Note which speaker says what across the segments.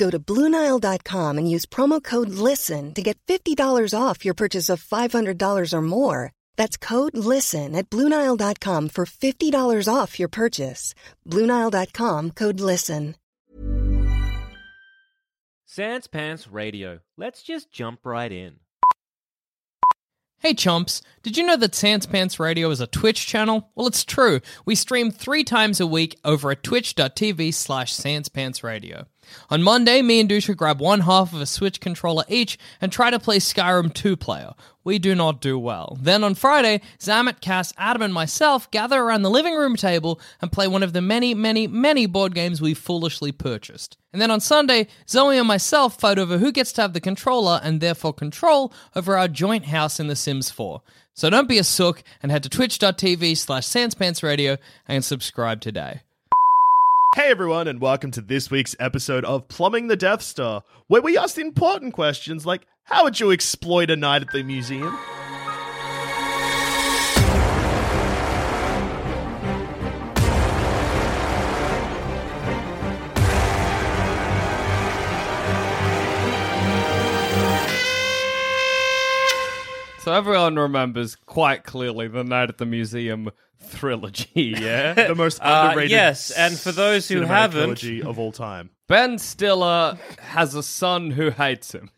Speaker 1: Go to Bluenile.com and use promo code LISTEN to get $50 off your purchase of $500 or more. That's code LISTEN at Bluenile.com for $50 off your purchase. Bluenile.com code LISTEN.
Speaker 2: Sans Pants Radio. Let's just jump right in.
Speaker 3: Hey chumps, did you know that Sans Pants Radio is a Twitch channel? Well, it's true. We stream three times a week over at twitch.tv slash sanspantsradio. On Monday, me and Dusha grab one half of a Switch controller each and try to play Skyrim 2 player. We do not do well. Then on Friday, Zamet, Cass, Adam, and myself gather around the living room table and play one of the many, many, many board games we foolishly purchased. And then on Sunday, Zoe and myself fight over who gets to have the controller and therefore control over our joint house in The Sims 4. So don't be a sook and head to twitch.tv slash sanspantsradio and subscribe today.
Speaker 4: Hey everyone, and welcome to this week's episode of Plumbing the Death Star, where we asked important questions like how would you exploit a night at the museum?
Speaker 5: So everyone remembers quite clearly the Night at the Museum trilogy, yeah?
Speaker 4: The most
Speaker 2: Uh,
Speaker 4: underrated
Speaker 2: yes, and for those who
Speaker 4: cinematic
Speaker 2: haven't-
Speaker 4: trilogy of all time.
Speaker 5: ben Stiller has a son who hates him.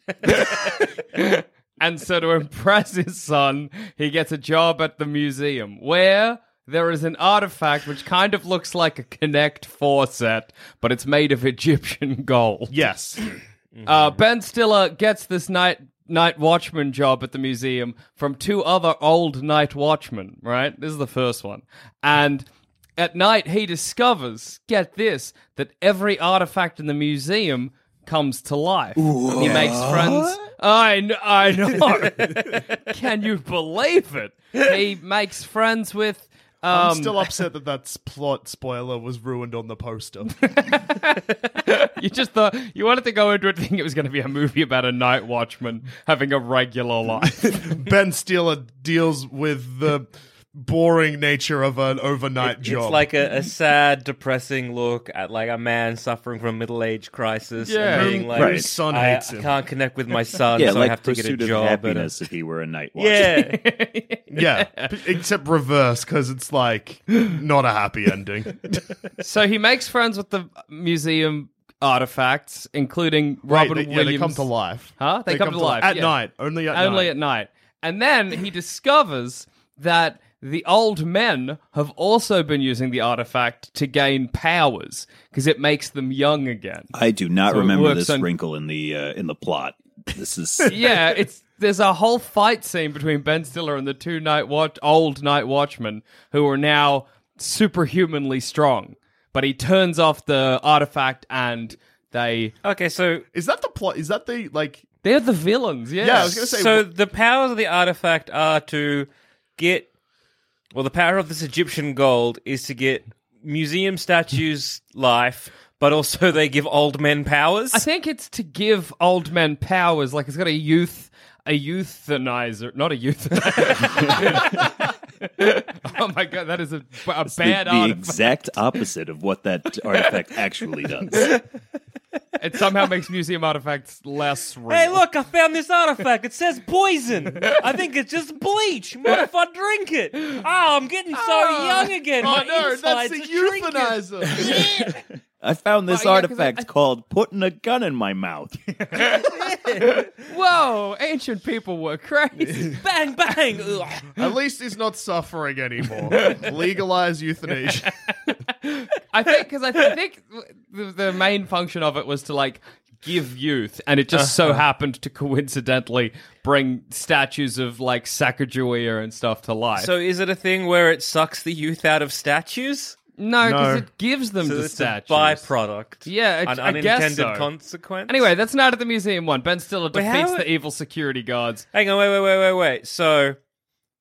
Speaker 5: and so to impress his son, he gets a job at the museum where there is an artifact which kind of looks like a Connect 4 set, but it's made of Egyptian gold.
Speaker 4: Yes,
Speaker 5: Uh, ben Stiller gets this night night watchman job at the museum from two other old night watchmen. Right, this is the first one, and at night he discovers, get this, that every artifact in the museum comes to life. He makes friends. I know. I know. Can you believe it? He makes friends with.
Speaker 4: I'm
Speaker 5: Um,
Speaker 4: still upset that that s- plot spoiler was ruined on the poster.
Speaker 5: you just thought you wanted to go into it thinking it was going to be a movie about a night watchman having a regular life.
Speaker 4: ben Stiller deals with the boring nature of an overnight
Speaker 2: It-
Speaker 4: job.
Speaker 2: It's like a, a sad, depressing look at like a man suffering from a middle age crisis.
Speaker 5: Yeah.
Speaker 2: and being
Speaker 4: Whom-
Speaker 2: like,
Speaker 4: whose son
Speaker 2: I,
Speaker 4: hates
Speaker 2: I
Speaker 4: him."
Speaker 2: can't connect with my son,
Speaker 6: yeah,
Speaker 2: so
Speaker 6: like
Speaker 2: I have to get a
Speaker 6: Pursuit of
Speaker 2: job. at a-
Speaker 6: Happiness if he were a night watchman.
Speaker 2: yeah,
Speaker 4: yeah, p- except reverse because it's like not a happy ending.
Speaker 5: So he makes friends with the museum artifacts, including
Speaker 4: Right,
Speaker 5: Robin
Speaker 4: they, yeah,
Speaker 5: Williams.
Speaker 4: they come to life.
Speaker 5: Huh? They come to life,
Speaker 4: at
Speaker 5: yeah.
Speaker 4: night, only at
Speaker 5: Only
Speaker 4: night.
Speaker 5: at night. And then he discovers that the old men have also been using the artifact to gain powers because it makes them young again.
Speaker 6: I do not
Speaker 5: So it
Speaker 6: remember
Speaker 5: works
Speaker 6: this
Speaker 5: on-
Speaker 6: wrinkle in the uh, in the plot. This is
Speaker 5: yeah, it's there's a whole fight scene between Ben Stiller and the two night watch old night watchmen who are now superhumanly strong. But he turns off the artifact and they
Speaker 2: okay. So,
Speaker 4: Is that the plot? Is that the like?
Speaker 5: they're the villains. Yeah,
Speaker 4: Yeah, I was gonna say.
Speaker 2: so the powers of the artifact are to get. Well, the power of this Egyptian gold is to get museum statues life, but also they give old men powers.
Speaker 5: I think it's to give old men powers. Like it's got a youth, a euthanizer, not a euthanizer. oh my god, that is a, a
Speaker 6: the,
Speaker 5: bad
Speaker 6: the
Speaker 5: artifact.
Speaker 6: exact opposite of what that artifact actually does.
Speaker 5: It somehow makes museum artifacts less real.
Speaker 2: Hey, look, I found this artifact. It says poison. I think it's just bleach. What if I drink it? Oh, I'm getting so
Speaker 5: Ah.
Speaker 2: young again.
Speaker 5: Oh,
Speaker 2: My
Speaker 5: no,
Speaker 2: insides are shrinking.
Speaker 4: euthanizer.
Speaker 6: I found this
Speaker 3: Well, yeah, 'cause I-
Speaker 6: artifact
Speaker 3: I-
Speaker 6: called "Putting a Gun in My Mouth."
Speaker 5: Whoa, ancient people were crazy.
Speaker 2: bang, bang. Ugh.
Speaker 4: At least he's not suffering anymore. Legalize euthanasia.
Speaker 5: I think because I, I think the, the main function of it was to like give youth, and it just
Speaker 2: Uh-huh.
Speaker 5: so happened to coincidentally bring statues of like Sacagawea and stuff to life.
Speaker 2: So is it a thing where it sucks the youth out of statues?
Speaker 5: no, because
Speaker 4: No.
Speaker 5: it gives them
Speaker 2: So
Speaker 5: the
Speaker 2: it's
Speaker 5: statues.
Speaker 2: a byproduct.
Speaker 5: Yeah, it-
Speaker 2: an
Speaker 5: I guess
Speaker 2: unintended
Speaker 5: so.
Speaker 2: consequence.
Speaker 5: Anyway, that's not at the museum one. Ben Stiller
Speaker 2: how
Speaker 5: defeats
Speaker 2: it-
Speaker 5: the evil security guards.
Speaker 2: hang on, wait, wait, wait, wait, wait. So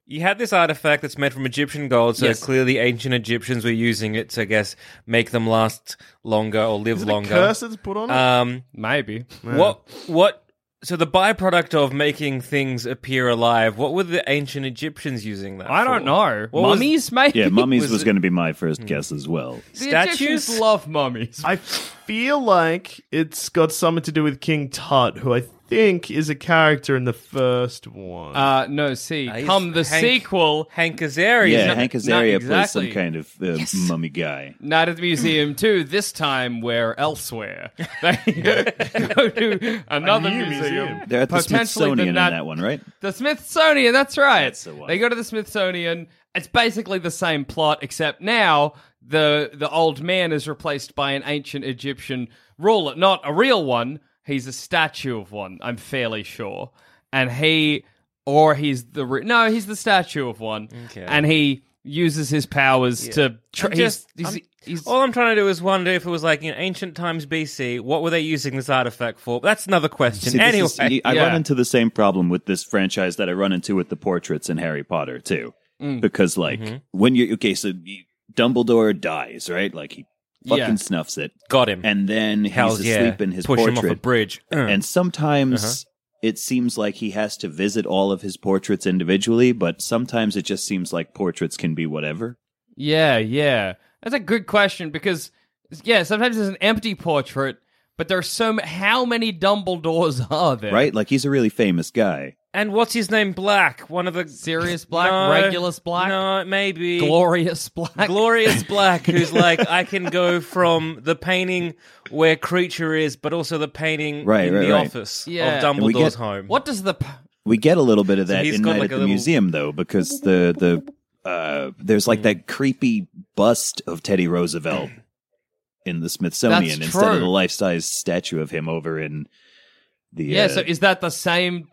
Speaker 2: you had this artifact that's made from Egyptian gold. So
Speaker 5: Yes.
Speaker 2: clearly, ancient Egyptians were using it to, I guess, make them last longer or live longer.
Speaker 4: Curse that's put on it.
Speaker 2: Um,
Speaker 5: Maybe.
Speaker 2: what, what? So the byproduct of making things appear alive. What were the ancient Egyptians using that?
Speaker 5: I
Speaker 2: for?
Speaker 5: don't know.
Speaker 2: What was-
Speaker 5: mummies, maybe.
Speaker 6: Yeah, mummies was,
Speaker 5: it-
Speaker 6: going to be my first guess as well.
Speaker 5: The Egyptians
Speaker 2: Statues?
Speaker 5: love mummies.
Speaker 4: I feel like it's got something to do with King Tut, who I think is a character in the first one.
Speaker 5: Uh, no, see,
Speaker 2: he's
Speaker 5: come the
Speaker 2: Hank-
Speaker 5: sequel.
Speaker 2: Hank Azaria.
Speaker 6: Yeah,
Speaker 5: not-
Speaker 6: Hank
Speaker 5: not
Speaker 6: Azaria plays
Speaker 5: exactly.
Speaker 6: some kind of uh, mummy guy.
Speaker 5: Not at the museum too. This time we're elsewhere. They go to another
Speaker 4: new
Speaker 5: museum.
Speaker 4: museum.
Speaker 6: They're at the
Speaker 5: Potentially the
Speaker 6: Smithsonian in
Speaker 5: nat-
Speaker 6: that one, right?
Speaker 5: The Smithsonian. That's right.
Speaker 6: the one.
Speaker 5: They go to the Smithsonian. It's basically the same plot, except now the the old man is replaced by an ancient Egyptian ruler, not a real one. He's a statue of one. I'm fairly sure, and he or he's the re- no, he's the statue of one,
Speaker 2: Okay.
Speaker 5: and he uses his powers to. Tra-
Speaker 2: I'm just-
Speaker 5: he's,
Speaker 2: I'm-
Speaker 5: he's, he's,
Speaker 2: All I'm trying to do is wonder if it was like in ancient times BC, what were they using this artifact for? That's another question.
Speaker 6: See, this
Speaker 2: anyway,
Speaker 6: is- I
Speaker 5: yeah.
Speaker 6: run into the same problem with this franchise that I run into with the portraits in Harry Potter too,
Speaker 2: Mm.
Speaker 6: because like
Speaker 2: Mm-hmm.
Speaker 6: when you're okay, so you- Dumbledore dies, right? Like he fucking
Speaker 5: Yeah.
Speaker 6: snuffs it,
Speaker 2: got him.
Speaker 6: and then
Speaker 2: Hell's
Speaker 6: he's
Speaker 2: Mm-hmm. yeah.
Speaker 6: asleep in his
Speaker 2: Push
Speaker 6: portrait,
Speaker 2: him off a bridge. Uh-huh. Uh.
Speaker 6: and sometimes. It seems like he has to visit all of his portraits individually, but sometimes it just seems like portraits can be whatever.
Speaker 5: Yeah, yeah. That's a good question because yeah, sometimes it's an empty portrait, but there are so ma- how many Dumbledores are there?
Speaker 6: right? Like he's a really famous guy.
Speaker 2: And what's his name? Black. One of the
Speaker 5: Sirius Black,
Speaker 2: No,
Speaker 5: Regulus Black,
Speaker 2: No, maybe
Speaker 5: Glorious Black.
Speaker 2: Glorious Black, who's like I can go from the painting where creature is, but also the painting
Speaker 6: Right,
Speaker 2: in
Speaker 6: right,
Speaker 2: the
Speaker 6: right.
Speaker 2: office
Speaker 5: Yeah.
Speaker 2: of
Speaker 5: And
Speaker 6: we
Speaker 2: Dumbledore's
Speaker 6: get-
Speaker 2: home.
Speaker 5: what does the p-
Speaker 6: We get a little bit of that
Speaker 2: he's
Speaker 6: in
Speaker 2: got,
Speaker 6: Night
Speaker 2: like,
Speaker 6: at
Speaker 2: a
Speaker 6: the
Speaker 2: little-
Speaker 6: museum though, because the the uh, there's like
Speaker 5: Mm-hmm.
Speaker 6: that creepy bust of Teddy Roosevelt in the Smithsonian
Speaker 5: That's
Speaker 6: instead
Speaker 5: true.
Speaker 6: of the life size statue of him over in the
Speaker 5: yeah.
Speaker 6: uh,
Speaker 5: So is that the same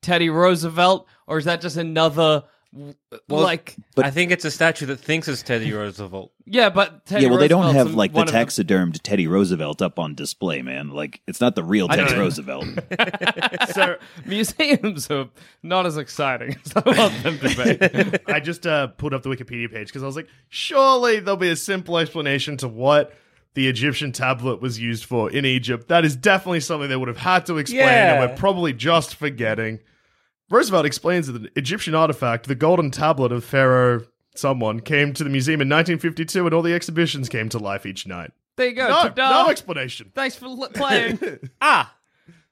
Speaker 5: Teddy Roosevelt, or is that just another w like
Speaker 2: I think it's a statue that thinks it's Teddy Roosevelt.
Speaker 5: yeah? But Teddy
Speaker 6: yeah, well, they don't
Speaker 5: Roosevelt's
Speaker 6: have like the
Speaker 5: one of
Speaker 6: taxidermed Teddy Roosevelt up on display, man. Like, it's not the real Teddy
Speaker 5: know.
Speaker 6: Roosevelt. Oh,
Speaker 5: so museums are not as exciting as I want them to be.
Speaker 4: I just uh, pulled up the Wikipedia page because I was like, surely there'll be a simple explanation to what the Egyptian tablet was used for in Egypt. That is definitely something they would have had to explain,
Speaker 2: Yeah.
Speaker 4: and we're probably just forgetting. Roosevelt explains that an Egyptian artifact, the golden tablet of Pharaoh someone, came to the museum in 1952 and all the exhibitions came to life each night.
Speaker 5: There you go.
Speaker 4: No,
Speaker 5: ta-da.
Speaker 4: no explanation.
Speaker 5: Thanks for l- playing. ah.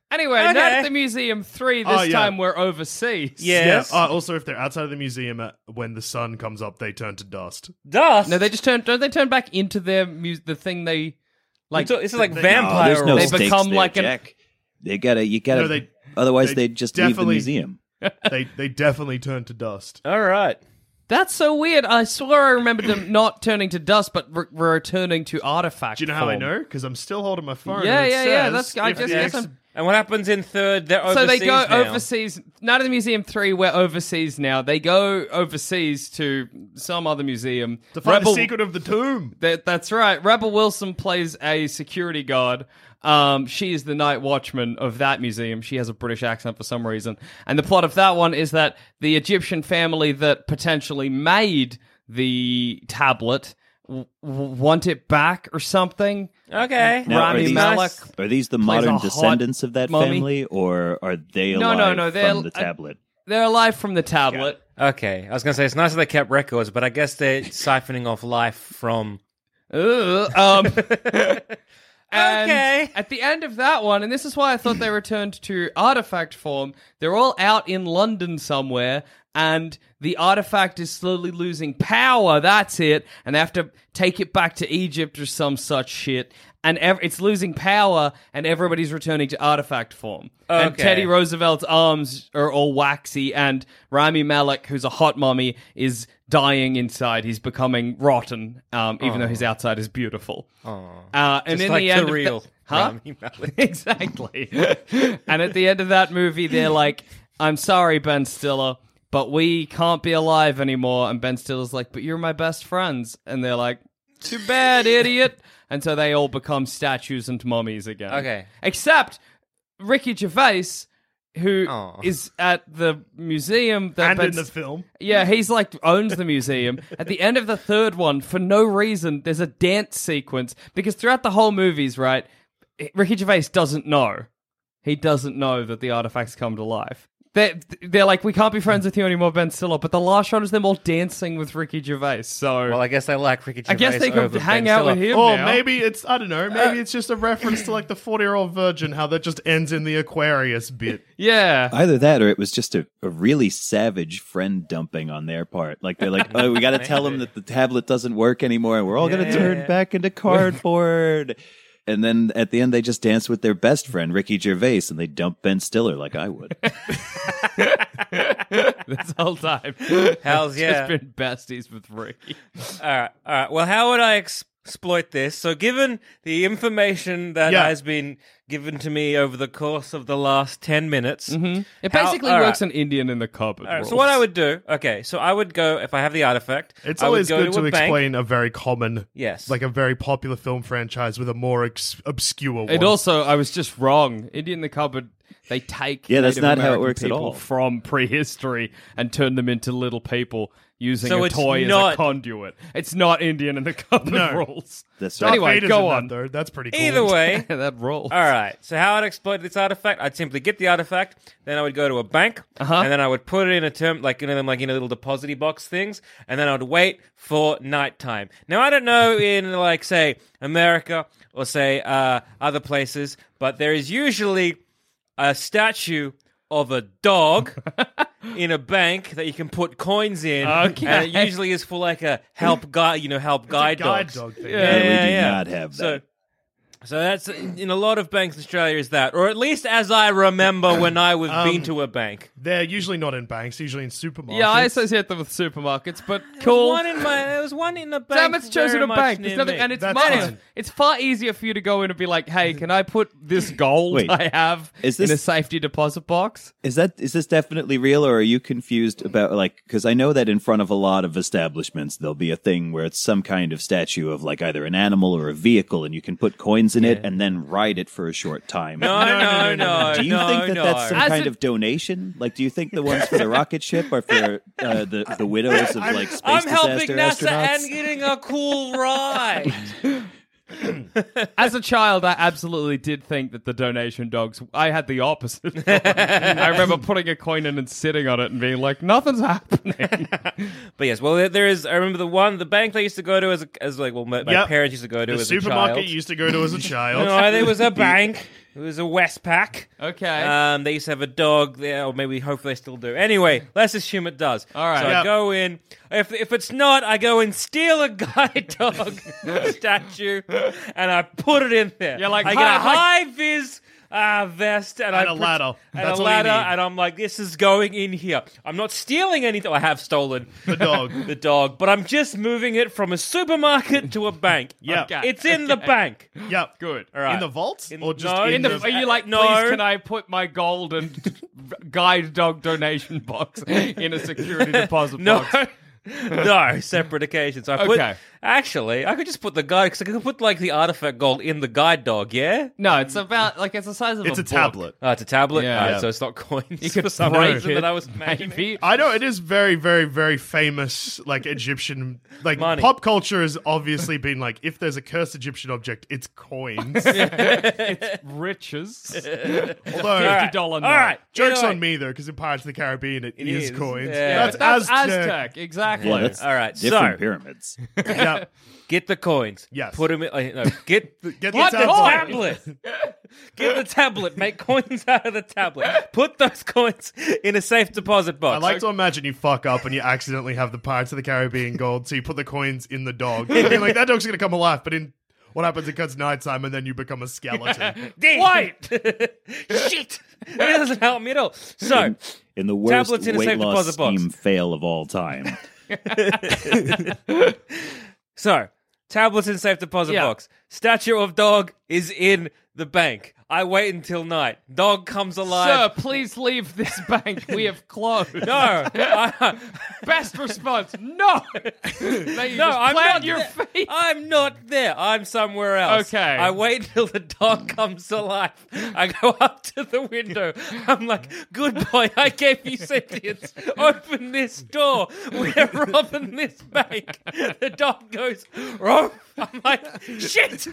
Speaker 5: Anyway,
Speaker 2: Okay.
Speaker 5: not at the museum three. This
Speaker 4: Oh, yeah.
Speaker 5: time we're overseas.
Speaker 2: Yes.
Speaker 4: Yeah, uh, also, if they're outside of the museum, uh, when the sun comes up, they turn to dust.
Speaker 2: Dust.
Speaker 5: No, they just turn. Don't they turn back into their mu- the thing they like?
Speaker 2: It's- it's like
Speaker 6: Oh,
Speaker 2: vampire.
Speaker 6: there's no
Speaker 5: They
Speaker 6: stakes
Speaker 5: become
Speaker 6: there,
Speaker 5: like an-
Speaker 6: Jack. They gotta, you gotta.
Speaker 4: No, they-
Speaker 6: otherwise,
Speaker 4: they
Speaker 6: they would just leave the
Speaker 4: definitely-
Speaker 6: museum.
Speaker 4: they they definitely turn to dust.
Speaker 2: All right.
Speaker 5: That's so weird. I swear I remembered them not turning to dust, but re- returning to artifact.
Speaker 4: Do you know how I
Speaker 5: form.
Speaker 4: know? Because I'm still holding my phone.
Speaker 5: Yeah,
Speaker 4: and it
Speaker 5: yeah, yeah.
Speaker 4: says
Speaker 5: That's I
Speaker 4: if
Speaker 5: just
Speaker 4: the
Speaker 5: guess
Speaker 4: ex-
Speaker 5: I'm-
Speaker 2: And what happens in third? They're
Speaker 5: So
Speaker 2: overseas
Speaker 5: they go
Speaker 2: now.
Speaker 5: overseas. Not at the museum three. We're overseas now. They go overseas to some other museum.
Speaker 4: to find
Speaker 5: Rebel-
Speaker 4: the secret of the tomb.
Speaker 5: That, that's right. Rebel Wilson plays a security guard. Um, she is the night watchman of that museum. She has a British accent for some reason. And the plot of that one is that the Egyptian family that potentially made the tablet w- w- want it back or something.
Speaker 2: Okay.
Speaker 6: Now,
Speaker 5: Rami
Speaker 6: are these,
Speaker 5: Malek
Speaker 6: Are these the
Speaker 5: plays a
Speaker 6: modern
Speaker 5: hot
Speaker 6: descendants of that
Speaker 5: mummy.
Speaker 6: family, or are they
Speaker 5: No,
Speaker 6: alive
Speaker 5: no, uh, no, they're-
Speaker 6: from the
Speaker 5: I-
Speaker 6: tablet?
Speaker 5: They're alive from the tablet.
Speaker 2: Okay, I was gonna say it's nice that they kept records, but I guess they're siphoning off life from.
Speaker 5: Ugh. Um, and
Speaker 2: Okay.
Speaker 5: At the end of that one, and this is why I thought they returned to artifact form, they're all out in London somewhere, and the artifact is slowly losing power. That's it. And they have to take it back to Egypt or some such shit. And ev- it's losing power, and everybody's returning to artifact form. And
Speaker 2: Okay.
Speaker 5: Teddy Roosevelt's arms are all waxy, and Rami Malek, who's a hot mummy, is dying inside. He's becoming rotten, um, even
Speaker 2: Oh.
Speaker 5: though his outside is beautiful. Uh, and
Speaker 2: Just
Speaker 5: in
Speaker 2: like
Speaker 5: the
Speaker 2: the
Speaker 5: end, of
Speaker 2: real
Speaker 5: the- huh?
Speaker 2: Rami Malek.
Speaker 5: exactly. and at the end of that movie, they're like, "I'm sorry, Ben Stiller, but we can't be alive anymore." And Ben Stiller's like, "But you're my best friends," and they're like, "Too bad, idiot." And so they all become statues and mummies again.
Speaker 2: Okay.
Speaker 5: except Ricky Gervais. who is
Speaker 2: Aw.
Speaker 5: at the museum that
Speaker 4: and
Speaker 5: Ben
Speaker 4: in the
Speaker 5: St-
Speaker 4: film.
Speaker 5: yeah, he's like owns the museum. At the end of the third one, for no reason, there's a dance sequence because throughout the whole movies, right, eh, Ricky Gervais doesn't know. He doesn't know that the artifacts come to life. They're, they're like, we can't be friends with you anymore, Ben Stiller. But the last shot is them all dancing with Ricky Gervais. So
Speaker 2: Well, I guess they like Ricky Gervais.
Speaker 5: I guess they could
Speaker 2: over
Speaker 5: hang
Speaker 2: Ben
Speaker 5: out with
Speaker 2: Stiller. Oh,
Speaker 5: him.
Speaker 4: Or
Speaker 5: now.
Speaker 4: maybe it's I don't know. Maybe it's just a reference to like the forty-year-old virgin. How that just ends in the Aquarius bit.
Speaker 5: yeah.
Speaker 6: Either that or it was just a, a really savage friend dumping on their part. Like they're like, oh, we got to tell them that the tablet doesn't work anymore and we're all going to turn back into cardboard. and then at the end, they just dance with their best friend, Ricky Gervais, and they dump Ben Stiller like I would.
Speaker 5: this whole time,
Speaker 2: Hell's yeah.
Speaker 5: just been besties with Ricky.
Speaker 2: All right, all right. Well, how would I ex- exploit this? So, given the information that
Speaker 4: Yeah.
Speaker 2: has been given to me over the course of the last ten minutes,
Speaker 5: It
Speaker 2: How-
Speaker 5: basically
Speaker 2: all
Speaker 5: works
Speaker 2: right.
Speaker 5: an Indian in the cupboard.
Speaker 2: All right, so
Speaker 5: rules.
Speaker 2: what I would do? Okay, so I would go if I have the artifact.
Speaker 4: It's
Speaker 2: I would
Speaker 4: always
Speaker 2: go
Speaker 4: good to,
Speaker 2: to a bank.
Speaker 4: explain a very common,
Speaker 2: Yes.
Speaker 4: like a very popular film franchise with a more ex- obscure one.
Speaker 5: It also, I was just wrong. Indian in the cupboard, they take
Speaker 6: Yeah, that's
Speaker 5: Native
Speaker 6: not how it
Speaker 5: American
Speaker 6: works at
Speaker 5: people
Speaker 6: all.
Speaker 5: from prehistory and turn them into little people using
Speaker 2: So
Speaker 5: a
Speaker 2: it's
Speaker 5: toy as a
Speaker 2: not-
Speaker 5: conduit. It's not Indian in the cupboard
Speaker 4: No.
Speaker 5: rules.
Speaker 6: That's
Speaker 4: Darth
Speaker 6: right.
Speaker 5: Anyway,
Speaker 4: Vader's
Speaker 5: go
Speaker 4: in that,
Speaker 5: on.
Speaker 4: though. That's pretty cool.
Speaker 2: Either way,
Speaker 5: Yeah, that rules.
Speaker 2: All right. So how I'd exploit this artifact? I'd simply get the artifact, then I would go to a bank,
Speaker 4: Uh-huh.
Speaker 2: and then I would put it in a term like you know them like in a little deposit box things, and then I'd wait for nighttime. Now I don't know in like say America or say uh, other places, but there is usually a statue of a dog. In a bank that you can put coins in,
Speaker 5: Okay.
Speaker 2: and it usually is for like a help guide, you know, help guide,
Speaker 4: guide
Speaker 2: dogs.
Speaker 4: dog thing.
Speaker 5: Yeah.
Speaker 6: Yeah, we
Speaker 2: yeah,
Speaker 6: do
Speaker 2: yeah.
Speaker 6: not have
Speaker 2: So,
Speaker 6: that.
Speaker 2: so that's in a lot of banks in Australia is that, or at least as I remember when I was been to a bank.
Speaker 4: They're usually not in banks. Usually in supermarkets.
Speaker 5: Yeah, I associate them with supermarkets, but
Speaker 2: There
Speaker 5: cool.
Speaker 2: was one in my. There was one in a bank.
Speaker 5: Damn, it's chosen
Speaker 2: very
Speaker 5: a
Speaker 2: much
Speaker 5: bank. There's
Speaker 2: near
Speaker 5: nothing,
Speaker 2: me.
Speaker 5: and it's
Speaker 4: That's
Speaker 5: much.
Speaker 4: fine.
Speaker 5: It's far easier for you to go in and be like, "Hey, can I put this gold
Speaker 6: Wait.
Speaker 5: I have
Speaker 6: Is
Speaker 5: in a
Speaker 6: this-
Speaker 5: safety deposit box?"
Speaker 6: Is that is this definitely real, or are you confused about like? Because I know that in front of a lot of establishments, there'll be a thing where it's some kind of statue of like either an animal or a vehicle, and you can put coins in it and then ride it for a short time.
Speaker 2: no, no, no, no.
Speaker 6: do you think that
Speaker 2: no.
Speaker 6: that's some
Speaker 5: As
Speaker 6: kind
Speaker 5: a-
Speaker 6: of donation? Like, do you think the ones for the rocket ship are for uh, the the widows of like space
Speaker 2: I'm helping
Speaker 6: disaster
Speaker 2: NASA
Speaker 6: astronauts?
Speaker 2: and getting a cool ride.
Speaker 5: As a child, I absolutely did think that the donation dogs. I had the opposite. I remember putting a coin in and sitting on it and being like, "Nothing's happening."
Speaker 2: but yes, well, there, there is. I remember the one, the bank I used to go to as, a, as like, well, my, my
Speaker 4: Yep.
Speaker 2: parents used to go to
Speaker 4: the
Speaker 2: as
Speaker 4: supermarket
Speaker 2: a child.
Speaker 4: you used to go to as a child.
Speaker 2: no, there was a bank. It was a Westpac.
Speaker 5: Okay.
Speaker 2: Um, they used to have a dog there, or maybe hopefully they still do. Anyway, let's assume it does.
Speaker 5: All right.
Speaker 2: So
Speaker 4: Yeah.
Speaker 2: I go in. If if it's not, I go and steal a guide dog statue, and I put it in there.
Speaker 5: You're like,
Speaker 2: I get
Speaker 5: "Hi,
Speaker 2: a
Speaker 5: hi."
Speaker 2: high vis. Uh, vest and,
Speaker 4: And
Speaker 2: I
Speaker 4: a
Speaker 2: put-
Speaker 4: ladder.
Speaker 2: and
Speaker 4: That's
Speaker 2: a
Speaker 4: all you
Speaker 2: ladder,
Speaker 4: need.
Speaker 2: and I'm like, this is going in here. I'm not stealing anything. I have stolen
Speaker 4: the dog.
Speaker 2: the dog, but I'm just moving it from a supermarket to a bank.
Speaker 4: Yeah.
Speaker 5: Okay.
Speaker 2: it's in the bank.
Speaker 4: Yep.
Speaker 5: Good.
Speaker 2: All right.
Speaker 4: In the vault
Speaker 2: In-
Speaker 4: or just
Speaker 2: no,
Speaker 4: in,
Speaker 5: In the,
Speaker 4: the
Speaker 5: are you like,
Speaker 2: No.
Speaker 5: please, can I put my gold and guide dog donation box in a security deposit
Speaker 2: No.
Speaker 5: box?
Speaker 2: no, separate occasions. I put
Speaker 5: Okay.
Speaker 2: actually, I could just put the guide because I could put like the artifact gold in the guide dog. Yeah,
Speaker 5: No, it's about like it's the size of
Speaker 4: It's a
Speaker 5: book.
Speaker 4: tablet.
Speaker 2: oh, it's a tablet.
Speaker 5: Yeah.
Speaker 2: Alright,
Speaker 5: Yeah.
Speaker 2: so it's not coins.
Speaker 5: You could
Speaker 2: for some
Speaker 5: break
Speaker 2: reason
Speaker 5: it,
Speaker 2: that I was maybe.
Speaker 5: Maybe.
Speaker 4: I know it is very, very, very famous. Like Egyptian, like
Speaker 2: Money.
Speaker 4: pop culture has obviously been like, if there's a cursed Egyptian object, it's coins.
Speaker 5: Uh, riches.
Speaker 4: Although,
Speaker 5: Fifty dollar note.
Speaker 2: All right,
Speaker 4: jokes
Speaker 2: Either
Speaker 4: on
Speaker 2: way.
Speaker 4: me though, because in Pirates of the Caribbean, it
Speaker 2: It is,
Speaker 4: is, coins.
Speaker 2: yeah.
Speaker 4: That's,
Speaker 5: That's
Speaker 4: Aztec.
Speaker 5: Aztec, exactly.
Speaker 6: Yeah, that's
Speaker 2: All right,
Speaker 6: Different
Speaker 2: so-
Speaker 6: pyramids.
Speaker 4: Yeah.
Speaker 2: Get the coins.
Speaker 4: Yes.
Speaker 2: Put them. In, uh, no, get the,
Speaker 4: Get the
Speaker 2: what
Speaker 4: tablet.
Speaker 2: tablet. Give the tablet. Make coins out of the tablet. Put those coins in a safe deposit box.
Speaker 4: I like to imagine you fuck up and you accidentally have the Pirates of the Caribbean gold, so you put the coins in the dog. And like that dog's gonna come alive, but in what happens? It cuts nighttime, and then you become a skeleton.
Speaker 2: Damn. White. Shit. That doesn't help me at all. So,
Speaker 6: in the worst
Speaker 2: Tablets in a
Speaker 6: weight
Speaker 2: safe
Speaker 6: loss
Speaker 2: deposit box.
Speaker 6: scheme fail of all time.
Speaker 2: so tablets in safe deposit
Speaker 3: Yeah.
Speaker 2: box. Statue of dog is in the bank. I wait until night. Dog comes
Speaker 3: Sir,
Speaker 2: alive.
Speaker 3: please leave this bank. We have closed.
Speaker 2: No, I-
Speaker 3: Best response. No.
Speaker 2: no, I'm not
Speaker 3: your
Speaker 2: there.
Speaker 3: feet.
Speaker 2: I'm not there. I'm somewhere else.
Speaker 3: Okay.
Speaker 2: I wait till the dog comes alive. I go up to the window. I'm like, "Good boy, I gave you sentience. Open this door. We're robbing this bank." The dog goes, "Rob." I'm like, "Shit."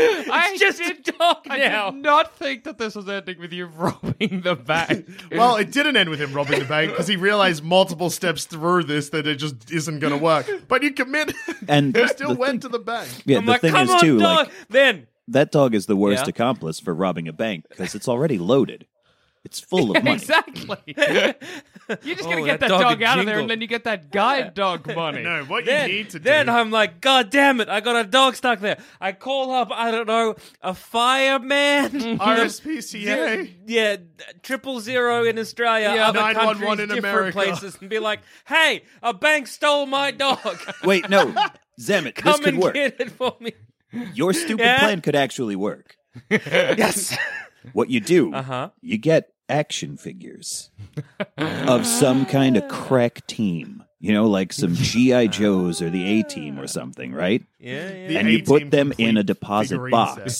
Speaker 3: I
Speaker 2: It's just a dog
Speaker 3: I
Speaker 2: now.
Speaker 3: did not think that this was ending with you robbing the bank.
Speaker 4: well, it didn't end with him robbing the bank because he realized multiple steps through this that it just isn't gonna work. But you commit.
Speaker 6: And
Speaker 4: you still
Speaker 6: the
Speaker 4: went
Speaker 6: thing-
Speaker 4: to the bank.
Speaker 6: Yeah,
Speaker 2: I'm
Speaker 6: the
Speaker 2: like,
Speaker 6: thing
Speaker 2: "Come
Speaker 6: is
Speaker 2: on,
Speaker 6: too,
Speaker 2: dog."
Speaker 6: like
Speaker 2: then
Speaker 6: that dog is the worst
Speaker 2: Yeah.
Speaker 6: accomplice for robbing a bank because it's already loaded. It's full of money.
Speaker 3: exactly. You're just gonna
Speaker 2: Oh,
Speaker 3: get that,
Speaker 2: that dog
Speaker 3: dog,
Speaker 2: had
Speaker 3: out of there,
Speaker 2: jingled.
Speaker 3: and then you get that guide dog money.
Speaker 4: No, what
Speaker 2: then,
Speaker 4: you need to
Speaker 2: then
Speaker 4: do.
Speaker 2: I'm like, God damn it, I got a dog stuck there. I call up, I don't know, a fireman.
Speaker 4: RSPCA.
Speaker 2: yeah, triple zero in Australia,
Speaker 3: Yeah.
Speaker 2: other
Speaker 4: 911
Speaker 2: countries,
Speaker 4: in
Speaker 2: different
Speaker 4: America.
Speaker 2: places, and be like, hey, a bank stole my dog.
Speaker 6: Wait, no, Zemet, this
Speaker 2: Come
Speaker 6: could
Speaker 2: and
Speaker 6: work.
Speaker 2: get it for me.
Speaker 6: Your stupid
Speaker 2: Yeah.
Speaker 6: plan could actually work.
Speaker 2: Yes.
Speaker 6: What you do,
Speaker 2: Uh-huh.
Speaker 6: you get action figures of some kind of crack team. You know, like some GI Joes or the A Team or something, right?
Speaker 2: Yeah, yeah.
Speaker 4: The
Speaker 6: and you put
Speaker 4: A-Team
Speaker 6: them in a
Speaker 4: complete
Speaker 6: deposit
Speaker 4: figurine
Speaker 6: box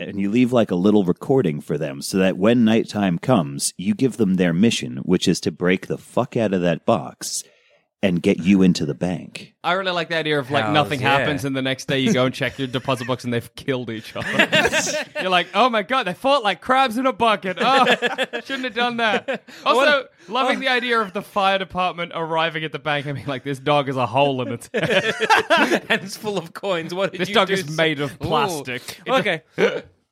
Speaker 4: set.
Speaker 6: and you leave like a little recording for them so that when nighttime comes you give them their mission which is to break the fuck out of that box and get you into the bank
Speaker 5: I really like the idea of like
Speaker 2: Hells
Speaker 5: nothing
Speaker 2: yeah.
Speaker 5: happens and the next day you go and check your deposit box and they've killed each other. You're like, oh my god, they fought like crabs in a bucket. Oh, shouldn't have done that. Also, loving the idea of the fire department arriving at the bank and being like, this dog is a hole in its head.
Speaker 2: and it's full of coins. What did
Speaker 5: This
Speaker 2: you
Speaker 5: dog
Speaker 2: do?
Speaker 5: is made of
Speaker 2: Ooh.
Speaker 5: plastic.
Speaker 2: Okay.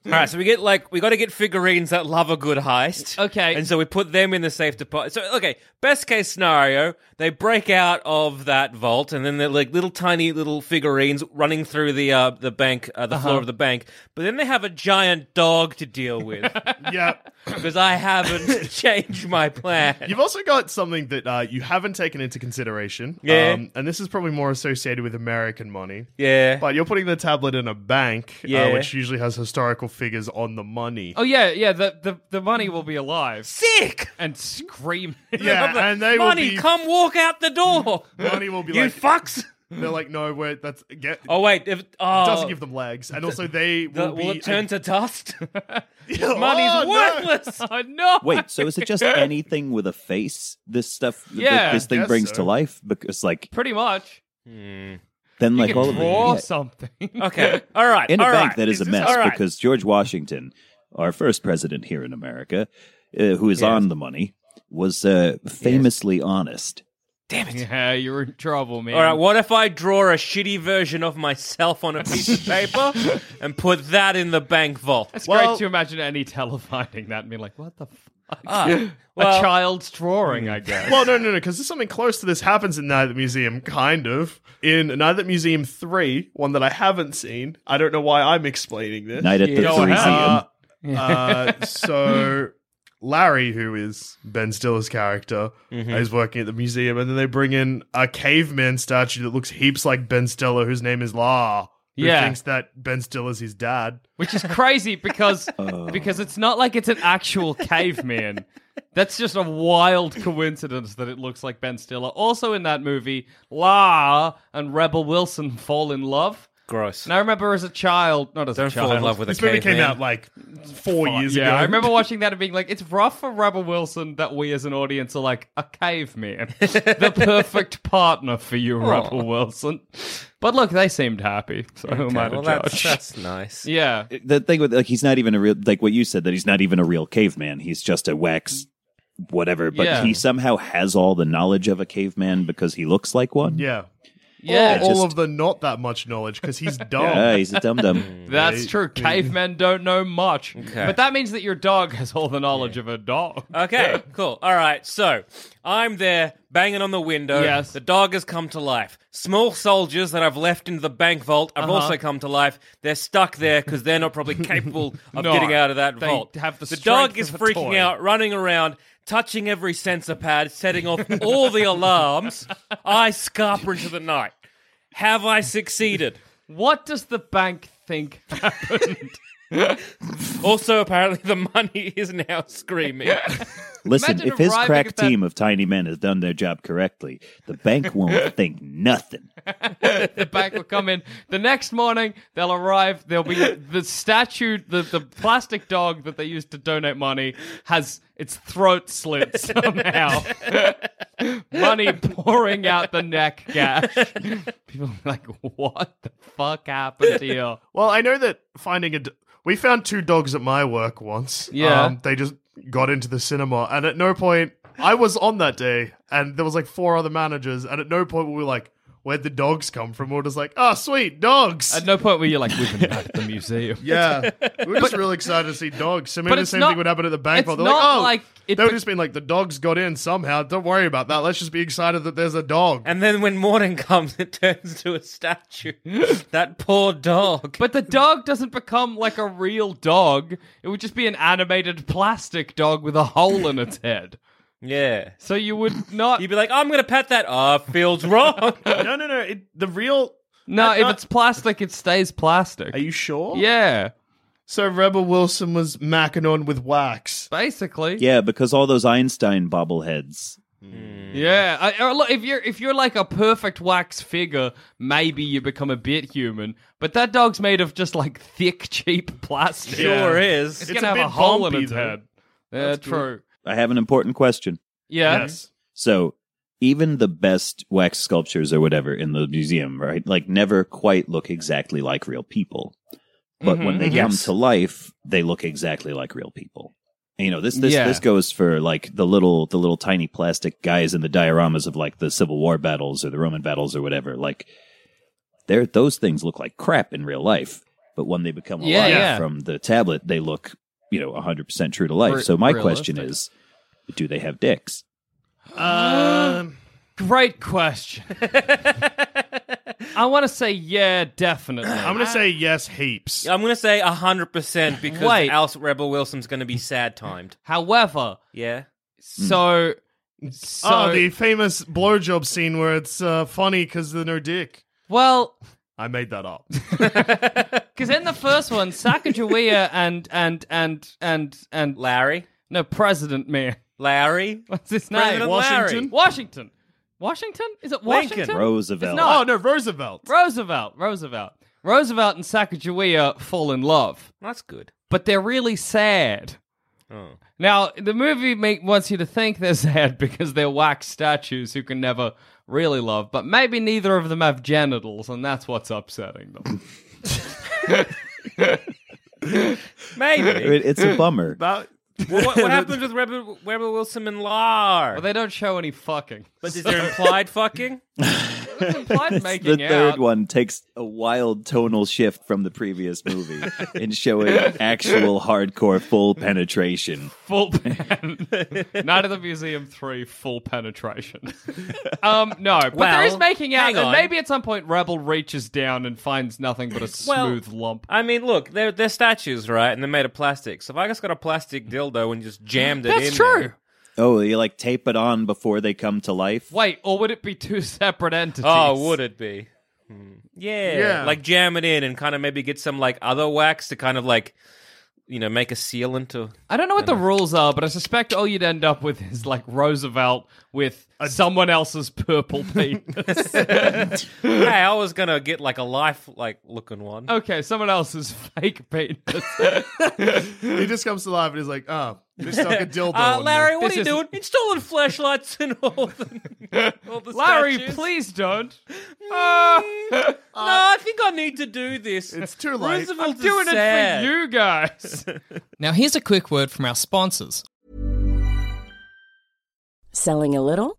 Speaker 2: All right, so we get like we got to get figurines that love a good heist.
Speaker 3: Okay.
Speaker 2: and so we put them in the safe deposit. So okay, best case scenario, they break out of that vault, and then they're like little tiny little figurines running through the uh, the bank, uh, the floor of the bank. But then they have a giant dog to deal with
Speaker 4: yeah.
Speaker 2: because I haven't changed my plan.
Speaker 4: You've also got something that uh, you haven't taken into consideration. Um,
Speaker 2: Yeah.
Speaker 4: and this is probably more associated with American money.
Speaker 2: Yeah,
Speaker 4: But you're putting the tablet in a bank, uh,
Speaker 2: Yeah.
Speaker 4: which usually has historical figures on the money.
Speaker 5: Oh yeah, yeah. The, the the money will be alive
Speaker 2: sick.
Speaker 5: and screaming.
Speaker 4: yeah,
Speaker 2: I'm like,
Speaker 4: and they
Speaker 2: money,
Speaker 4: will be.
Speaker 2: come walk out the door.
Speaker 4: money will be
Speaker 2: you
Speaker 4: like.
Speaker 2: fucks.
Speaker 4: They're like, no, wait, that's get.
Speaker 2: Oh wait, if oh,
Speaker 4: doesn't give them legs, and also they
Speaker 2: The-
Speaker 4: will, be
Speaker 2: will it turn to dust?
Speaker 4: Yeah,
Speaker 2: Money's
Speaker 4: oh, no.
Speaker 2: worthless.
Speaker 5: Oh no!
Speaker 6: wait so is it just anything with a face this stuff th-
Speaker 5: Yeah,
Speaker 6: this thing
Speaker 4: guess
Speaker 6: brings
Speaker 4: so.
Speaker 6: to life because like
Speaker 5: Pretty much.
Speaker 6: then
Speaker 5: You
Speaker 6: like all
Speaker 5: can
Speaker 6: of the-
Speaker 5: draw
Speaker 6: yeah.
Speaker 5: something.
Speaker 2: Okay, all right,
Speaker 6: in a
Speaker 2: all
Speaker 6: bank
Speaker 2: right.
Speaker 6: that is, a mess
Speaker 2: all right.
Speaker 6: because George Washington, our first president here in America, uh, who is on the money, was uh, famously honest.
Speaker 5: Yeah, you're in trouble, man.
Speaker 2: All right, what if I draw a shitty version of myself on a piece of paper and put that in the bank vault?
Speaker 5: It's
Speaker 4: Well-
Speaker 5: great to imagine any televising that and be like, what the fuck?
Speaker 2: Ah,
Speaker 5: a
Speaker 2: well,
Speaker 5: child's drawing, I guess.
Speaker 4: Well, no, no, no, because there's something close to this happens in Night at the Museum, kind of. In Night at the Museum 3, one that I haven't seen. I don't know why I'm explaining this.
Speaker 6: Night at the
Speaker 5: Go ahead.
Speaker 6: Museum.
Speaker 4: Uh, so Larry, who is Ben Stiller's character,
Speaker 2: Mm-hmm.
Speaker 4: is working at the museum, and then they bring in a caveman statue that looks heaps like Ben Stiller, whose name is La. Who
Speaker 5: Yeah.
Speaker 4: thinks that Ben Stiller's his dad?
Speaker 5: Which is crazy because
Speaker 6: Uh.
Speaker 5: because it's not like it's an actual caveman. That's just a wild coincidence that it looks like Ben Stiller. Also in that movie, La and Rebel Wilson fall in love.
Speaker 2: gross.
Speaker 5: And I remember as a child, not as a
Speaker 2: Don't
Speaker 5: child.
Speaker 2: fall in love with a
Speaker 4: This movie
Speaker 2: caveman.
Speaker 4: came out like four years
Speaker 5: yeah,
Speaker 4: ago.
Speaker 5: I remember watching that and being like, it's rough for Rebel Wilson that we as an audience are like, a caveman. the perfect partner for you, Rebel Wilson. But look, they seemed happy. So who am I to
Speaker 2: well, that's,
Speaker 5: judge?
Speaker 2: that's nice.
Speaker 5: yeah.
Speaker 6: The thing with like he's not even a real like what you said that he's not even a real caveman. He's just a wax whatever, but
Speaker 5: Yeah.
Speaker 6: he somehow has all the knowledge of a caveman because he looks like one.
Speaker 4: Yeah.
Speaker 5: Yeah.
Speaker 4: all
Speaker 6: Just-
Speaker 4: of the not that much knowledge because he's dumb.
Speaker 6: Ah, he's a dum dum.
Speaker 5: That's
Speaker 4: They-
Speaker 5: true. Cavemen don't know much.
Speaker 2: Okay.
Speaker 5: But that means that your dog has all the knowledge of a dog.
Speaker 2: Okay, cool. All right, so I'm there banging on the window.
Speaker 5: Yes.
Speaker 2: The dog has come to life. Small soldiers that I've left into the bank vault have
Speaker 5: Uh-huh.
Speaker 2: also come to life. They're stuck there because they're not probably capable of
Speaker 5: No,
Speaker 2: getting out of that
Speaker 5: they
Speaker 2: vault.
Speaker 5: have the
Speaker 2: dog
Speaker 5: strength
Speaker 2: is
Speaker 5: of a
Speaker 2: freaking
Speaker 5: toy.
Speaker 2: out, running around, touching every sensor pad, setting off all the alarms. I scarper into the night. Have I succeeded?
Speaker 5: What does the bank think happened?
Speaker 2: Also, apparently, the money is now screaming.
Speaker 6: Listen,
Speaker 5: Imagine
Speaker 6: if his
Speaker 5: arriving
Speaker 6: crack
Speaker 5: at that-
Speaker 6: team of tiny men has done their job correctly, the bank won't think nothing.
Speaker 5: the bank will come in the next morning. They'll arrive. There'll be the statue, the, the plastic dog that they used to donate money has its throat slit somehow. money pouring out the neck gash. People are like, what the fuck happened to you?
Speaker 4: Well, I know that finding a. d- We found two dogs at my work once. Um,
Speaker 5: Yeah.
Speaker 4: they just got into the cinema, and at no point I was on that day, and there was like four other managers, and at no point were we like, "Where'd the dogs come from?" We were just like, "Oh, sweet dogs."
Speaker 5: At no point were you like, we've been back at the museum.
Speaker 4: yeah, we were just really excited to see dogs. I mean,
Speaker 5: but
Speaker 4: the
Speaker 5: it's
Speaker 4: same
Speaker 5: not-
Speaker 4: thing would happen at the bank.
Speaker 5: it's
Speaker 4: vault. They're
Speaker 5: not
Speaker 4: like, oh,
Speaker 5: like it
Speaker 4: they would
Speaker 5: be-
Speaker 4: just been like, the dogs got in somehow. Don't worry about that. Let's just be excited that there's a dog.
Speaker 2: And then when morning comes, it turns to a statue. that poor dog.
Speaker 5: But the dog doesn't become like a real dog. It would just be an animated plastic dog with a hole in its head.
Speaker 2: Yeah.
Speaker 5: So you would not.
Speaker 2: You'd be like, I'm going to pet that. Ah, feels wrong.
Speaker 4: no, no, no. It, the real.
Speaker 5: No,
Speaker 4: Not-
Speaker 5: if
Speaker 4: not-
Speaker 5: it's plastic, it stays plastic.
Speaker 4: Are you sure?
Speaker 5: Yeah,
Speaker 4: So Rebel Wilson was macking on with wax.
Speaker 5: basically.
Speaker 6: Yeah, because all those Einstein bobbleheads.
Speaker 5: yeah. I, or look, if you're if you're like a perfect wax figure, maybe you become a bit human. But that dog's made of just like thick, cheap plastic.
Speaker 2: Sure
Speaker 4: Yeah.
Speaker 2: is.
Speaker 5: It's,
Speaker 4: It's
Speaker 5: gonna
Speaker 4: a
Speaker 5: have a
Speaker 4: bit
Speaker 5: hole in
Speaker 4: bumpy,
Speaker 5: its
Speaker 4: though.
Speaker 5: head. Yeah,
Speaker 4: That's good.
Speaker 5: true.
Speaker 6: I have an important question.
Speaker 5: Yeah.
Speaker 4: Yes.
Speaker 6: So even the best wax sculptures or whatever in the museum, right? Like never quite look exactly like real people. But
Speaker 5: Mm-hmm,
Speaker 6: when they come to life, they look exactly like real people. And, you know, this this
Speaker 5: Yeah.
Speaker 6: this goes for like the little the little tiny plastic guys in the dioramas of like the Civil War battles or the Roman battles or whatever. Like there those things look like crap in real life. But when they become alive
Speaker 5: Yeah, yeah.
Speaker 6: from the tablet, they look, you know, 100% true to life.
Speaker 5: Re-
Speaker 6: so my question
Speaker 5: realistic.
Speaker 6: is, do they have dicks?
Speaker 4: Um,
Speaker 5: Great question. I want to say yeah, definitely.
Speaker 4: I'm gonna say yes, heaps.
Speaker 2: I'm going to say 100% because
Speaker 5: Wait.
Speaker 2: else Rebel Wilson's going to be sad timed.
Speaker 5: However,
Speaker 2: Yeah.
Speaker 5: so so
Speaker 4: oh, the famous blowjob scene where it's uh, funny because there's no dick.
Speaker 5: well.
Speaker 4: I made that up.
Speaker 5: Because in the first one, Sacagawea and and and and and
Speaker 2: Larry?
Speaker 5: no President Man.
Speaker 2: Larry?
Speaker 5: What's his
Speaker 2: President
Speaker 5: name?
Speaker 2: Washington?
Speaker 4: Larry.
Speaker 5: Washington. Washington? Is it
Speaker 2: Lincoln.
Speaker 5: Washington?
Speaker 6: Roosevelt.
Speaker 5: It's not.
Speaker 4: oh no, Roosevelt.
Speaker 5: Roosevelt. Roosevelt. Roosevelt and Sacagawea fall in love,
Speaker 2: That's good.
Speaker 5: but they're really sad.
Speaker 2: Oh.
Speaker 5: Now the movie make, wants you to think they're sad because they're wax statues who can never really love, but maybe neither of them have genitals, and that's what's upsetting them.
Speaker 6: I
Speaker 2: Maybe.
Speaker 6: mean, it's a bummer.
Speaker 4: That
Speaker 2: well, what, what happens with Rebel, Rebel Wilson and Lar?
Speaker 5: but they don't show any fucking.
Speaker 2: but is there implied fucking?
Speaker 5: It's implied
Speaker 6: the
Speaker 5: making
Speaker 6: third
Speaker 5: out.
Speaker 6: one takes a wild tonal shift from the previous movie in showing actual hardcore full penetration.
Speaker 5: full pen. Night of the Museum three full penetration. um, no, but there is
Speaker 2: Well,
Speaker 5: making out,
Speaker 2: hang
Speaker 5: and
Speaker 2: on.
Speaker 5: maybe at some point Rebel reaches down and finds nothing but a
Speaker 2: Well-
Speaker 5: smooth lump.
Speaker 2: I mean, look, they're, they're statues, right? And they're made of plastic. So if I just got a plastic dildo and just jammed it in
Speaker 5: That's true.
Speaker 2: there-
Speaker 6: Oh, you like tape it on before they come to life?
Speaker 5: Wait, or would it be two separate entities?
Speaker 2: Oh, would it be? Hmm. Yeah.
Speaker 4: Yeah.
Speaker 2: Like jam it in and kind of maybe get some like other wax to kind of like, you know, make a sealant or.
Speaker 5: I don't know what the rules are, but I suspect all you'd end up with is like Roosevelt with someone else's purple penis.
Speaker 2: hey, I was going to get like a life like looking one.
Speaker 5: okay, someone else's fake penis.
Speaker 4: he just comes to life and he's like, oh, they stuck a dildo.
Speaker 2: Uh,
Speaker 4: on
Speaker 2: Larry, what
Speaker 5: This
Speaker 2: are you
Speaker 5: is-
Speaker 2: doing? Installing flashlights and all the, all the
Speaker 5: Larry,
Speaker 2: statues.
Speaker 5: please don't. Ah,
Speaker 2: no, I think I need to do this.
Speaker 4: It's too late.
Speaker 2: Roosevelt
Speaker 5: I'm
Speaker 2: is
Speaker 5: doing
Speaker 2: sad.
Speaker 5: it for you guys.
Speaker 3: Now, here's a quick word from our sponsors.
Speaker 7: Selling a little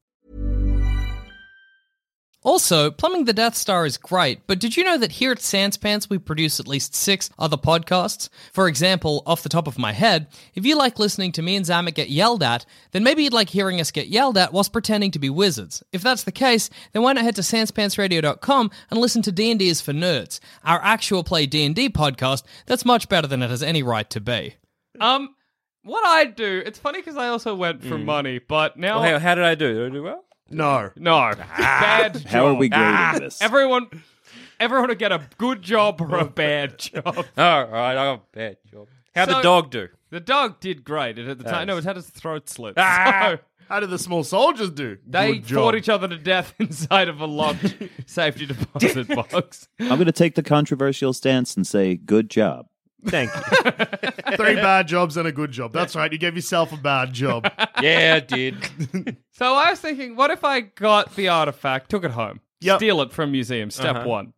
Speaker 3: Also, plumbing the Death Star is great, but did you know that here at Sans Pants we produce at least six other podcasts? For example, off the top of my head, if you like listening to me and Zamet get yelled at, then maybe you'd like hearing us get yelled at whilst pretending to be wizards. If that's the case, then why not head to sanspantsradio.com and listen to D&D is for Nerds, our actual play D&D podcast that's much better than it has any right to be.
Speaker 5: Um, what I do? It's funny because I also went for money, but now
Speaker 2: Well, Oh, hey, how did I do? Did I do well?
Speaker 4: No.
Speaker 5: no bad.
Speaker 6: How are we
Speaker 5: job.
Speaker 6: grading this?
Speaker 5: Everyone, everyone will get a good job or a bad job.
Speaker 2: All right, I got a bad job. How'd
Speaker 5: So-
Speaker 2: the dog do?
Speaker 5: The dog did great. It at the time, no, it had its throat slit.
Speaker 2: Ah!
Speaker 5: So
Speaker 4: How did the small soldiers do?
Speaker 5: they
Speaker 4: Good job.
Speaker 5: fought each other to death inside of a lodge safety deposit box.
Speaker 6: I'm going to take the controversial stance and say, good job.
Speaker 2: Thank you.
Speaker 4: Three bad jobs and a good job. That's right. You gave yourself a bad job.
Speaker 2: yeah, I did.
Speaker 5: So I was thinking, what if I got the artifact, took it home,
Speaker 4: Yep.
Speaker 5: steal it from museum? Step one.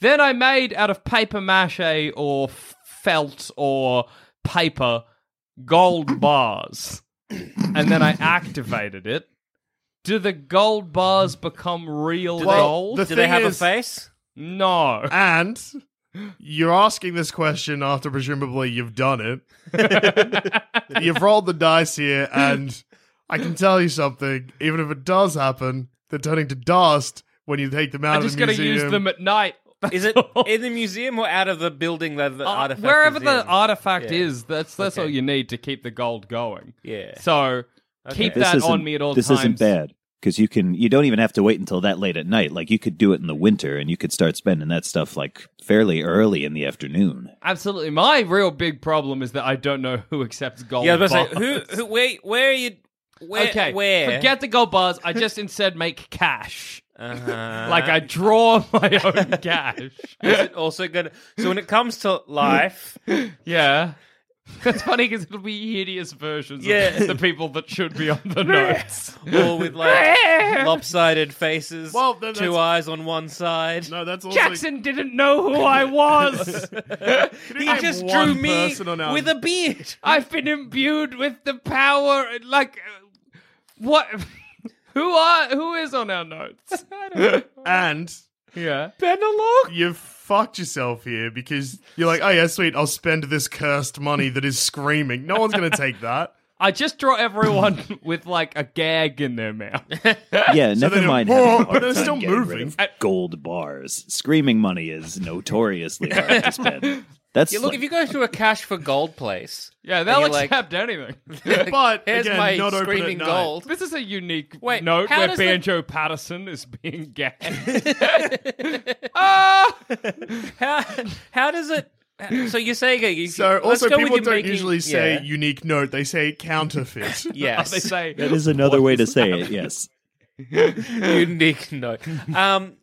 Speaker 5: Then I made out of paper mache or f- felt or paper gold bars, and then I activated it. Do the gold bars become real gold?
Speaker 4: the
Speaker 2: Do they
Speaker 4: thing
Speaker 2: have
Speaker 4: is-
Speaker 2: a face?
Speaker 5: no.
Speaker 4: And you're asking this question after presumably you've done it. you've rolled the dice here, and I can tell you something. Even if it does happen, they're turning to dust when you take them out
Speaker 5: I'm
Speaker 4: of
Speaker 5: just
Speaker 4: the
Speaker 5: gonna
Speaker 4: museum.
Speaker 5: use them at night.
Speaker 2: Is it in the museum or out of the building that the
Speaker 5: Uh,
Speaker 2: artifact
Speaker 5: wherever
Speaker 2: is
Speaker 5: the
Speaker 2: in?
Speaker 5: artifact
Speaker 2: Yeah.
Speaker 5: is, that's that's all you need to keep the gold going.
Speaker 2: Yeah.
Speaker 5: So keep
Speaker 6: This
Speaker 5: that on
Speaker 6: isn't-
Speaker 5: me at all
Speaker 6: This
Speaker 5: times.
Speaker 6: isn't bad because you can. You don't even have to wait until that late at night. Like you could do it in the winter, and you could start spending that stuff like fairly early in the afternoon.
Speaker 5: Absolutely. My real big problem is that I don't know who accepts gold
Speaker 2: Yeah, I was about to
Speaker 5: bars.
Speaker 2: say, who, who, where, where are you? Where?
Speaker 5: okay,
Speaker 2: Where?
Speaker 5: forget the gold bars. I just instead make cash.
Speaker 2: Uh-huh.
Speaker 5: Like I draw my own cash.
Speaker 2: Is it also gonna? So when it comes to life,
Speaker 5: yeah. That's funny because it'll be hideous versions
Speaker 2: Yeah.
Speaker 5: of the people that should be on the notes.
Speaker 2: or with like lopsided faces,
Speaker 4: Well, then
Speaker 2: two
Speaker 4: that's-
Speaker 2: eyes on one side.
Speaker 4: No, that's also
Speaker 5: Jackson didn't know who I was.
Speaker 4: Can
Speaker 2: he
Speaker 4: you name
Speaker 2: just
Speaker 4: one
Speaker 2: drew me
Speaker 4: person on our-
Speaker 2: with a beard.
Speaker 5: I've been imbued with the power. Like, uh, what? who are? Who is on our notes? I don't know.
Speaker 4: and
Speaker 5: yeah.
Speaker 2: Benelog.
Speaker 4: you've fucked yourself here because you're like, oh yeah, sweet, I'll spend this cursed money that is screaming. No one's gonna take that.
Speaker 5: I just draw everyone with like a gag in their mouth.
Speaker 6: Yeah, never
Speaker 4: they don't-
Speaker 6: mind.
Speaker 4: Oh,
Speaker 6: having a
Speaker 4: but
Speaker 6: hard
Speaker 4: they're
Speaker 6: time
Speaker 4: still
Speaker 6: getting rid
Speaker 4: moving.
Speaker 6: of Gold bars. Screaming money is notoriously hard to spend. That's
Speaker 2: Yeah, look, if you go to a cash for gold place,
Speaker 5: Yeah,
Speaker 2: And
Speaker 5: they'll
Speaker 2: you're like-
Speaker 5: accept anything.
Speaker 4: But
Speaker 2: here's
Speaker 4: again,
Speaker 2: my
Speaker 4: not open at
Speaker 2: screaming
Speaker 4: night.
Speaker 2: gold.
Speaker 5: This is a unique
Speaker 2: Wait,
Speaker 5: note
Speaker 2: how
Speaker 5: where
Speaker 2: does the-
Speaker 5: Banjo Patterson is being gagged.
Speaker 2: How how does it? So you're saying uh, you,
Speaker 4: So
Speaker 2: let's
Speaker 4: also
Speaker 2: go with
Speaker 4: people
Speaker 2: you
Speaker 4: don't
Speaker 2: making-
Speaker 4: usually say
Speaker 2: yeah.
Speaker 4: unique note, they say counterfeit.
Speaker 2: Yes,
Speaker 5: they say
Speaker 6: that is another way to say it. Yes.
Speaker 2: unique note. Um,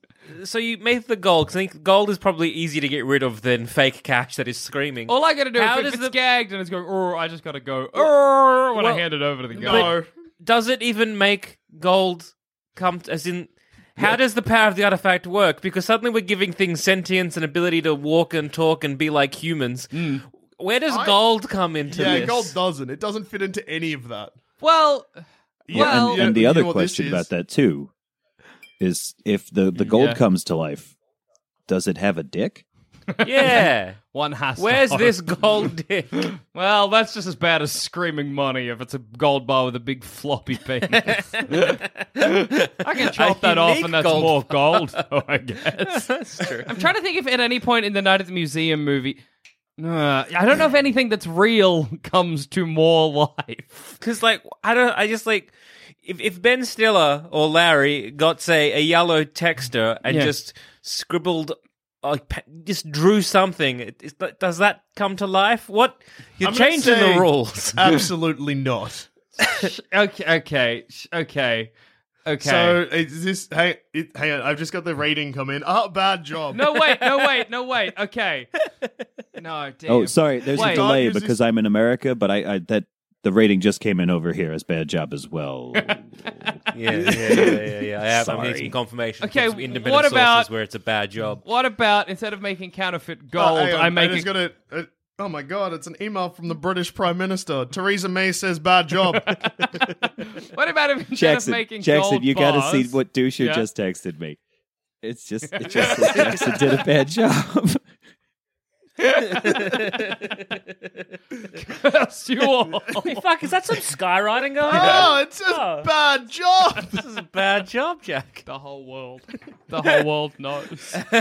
Speaker 2: so you make the gold. 'cause I think gold is probably easier to get rid of than fake cash that is screaming.
Speaker 5: all I gotta do
Speaker 2: How
Speaker 5: is if
Speaker 2: does
Speaker 5: it's
Speaker 2: the-
Speaker 5: gagged and it's going, oh, I just gotta go, oh, when I
Speaker 2: Well,
Speaker 5: hand it over to the guy.
Speaker 2: But does it even make gold come? t- as in, how does the power of the artifact work? Because suddenly we're giving things sentience and ability to walk and talk and be like humans. Where does gold come into
Speaker 4: yeah,
Speaker 2: this?
Speaker 4: gold doesn't. It doesn't fit into any of that.
Speaker 3: Well,
Speaker 4: Yeah,
Speaker 3: well,
Speaker 4: you know-
Speaker 6: and the
Speaker 4: you
Speaker 6: other
Speaker 4: know what this
Speaker 6: question
Speaker 4: is?
Speaker 6: about that too is if the the gold
Speaker 5: Yeah.
Speaker 6: comes to life, does it have a dick?
Speaker 2: Yeah.
Speaker 5: One has. to
Speaker 2: Where's
Speaker 5: hope.
Speaker 2: this gold dick?
Speaker 5: Well, that's just as bad as screaming money if it's a gold bar with a big floppy penis. I can chop that off
Speaker 2: unique
Speaker 5: and that's
Speaker 2: gold
Speaker 5: more gold, though, I guess.
Speaker 2: That's true.
Speaker 5: I'm trying to think if at any point in the Night at the Museum movie. Uh, I don't know if anything that's real comes to more life.
Speaker 2: Because like I don't, I just like if if Ben Stiller or Larry got say a yellow texter and
Speaker 5: Yeah.
Speaker 2: just scribbled. Like pa- just drew something. it- it's- but Does that come to life? What you're
Speaker 4: I'm gonna
Speaker 2: changing
Speaker 4: say-
Speaker 2: the rules?
Speaker 4: Absolutely not.
Speaker 5: Okay, okay, sh- okay, okay.
Speaker 4: So is this? Hey, it, hang on. I've just got the rating come in. Oh, bad job.
Speaker 5: no, wait, no, wait, no, wait. Okay. No, damn.
Speaker 6: Oh, sorry, there's
Speaker 5: Wait.
Speaker 6: a delay
Speaker 4: Dog, is
Speaker 6: because
Speaker 4: this-
Speaker 6: I'm in America, but I, I that the rating just came in over here as bad job as well.
Speaker 2: yeah, yeah, yeah, yeah, yeah. I have, I'm
Speaker 6: Sorry.
Speaker 2: getting some confirmation. from
Speaker 5: Okay,
Speaker 2: some independent
Speaker 5: what about-
Speaker 2: sources where it's a bad job?
Speaker 5: What about instead of making counterfeit
Speaker 4: Oh,
Speaker 5: gold,
Speaker 4: hang on,
Speaker 5: I make
Speaker 4: just
Speaker 5: it
Speaker 4: got it. uh, Oh my god! It's an email from the British Prime Minister. Theresa May says bad job.
Speaker 5: What about if instead
Speaker 6: Jackson,
Speaker 5: of making
Speaker 6: Jackson,
Speaker 5: gold
Speaker 6: you
Speaker 5: bars,
Speaker 6: gotta see what Doucher
Speaker 5: Yeah.
Speaker 6: just texted me. It's just it just says Jackson did a bad job.
Speaker 5: Curse you all.
Speaker 2: Hey, fuck, is that some skywriting going
Speaker 4: oh, it's just
Speaker 2: Oh.
Speaker 4: bad job.
Speaker 2: This is a bad job, Jack.
Speaker 5: the whole world, the whole world knows.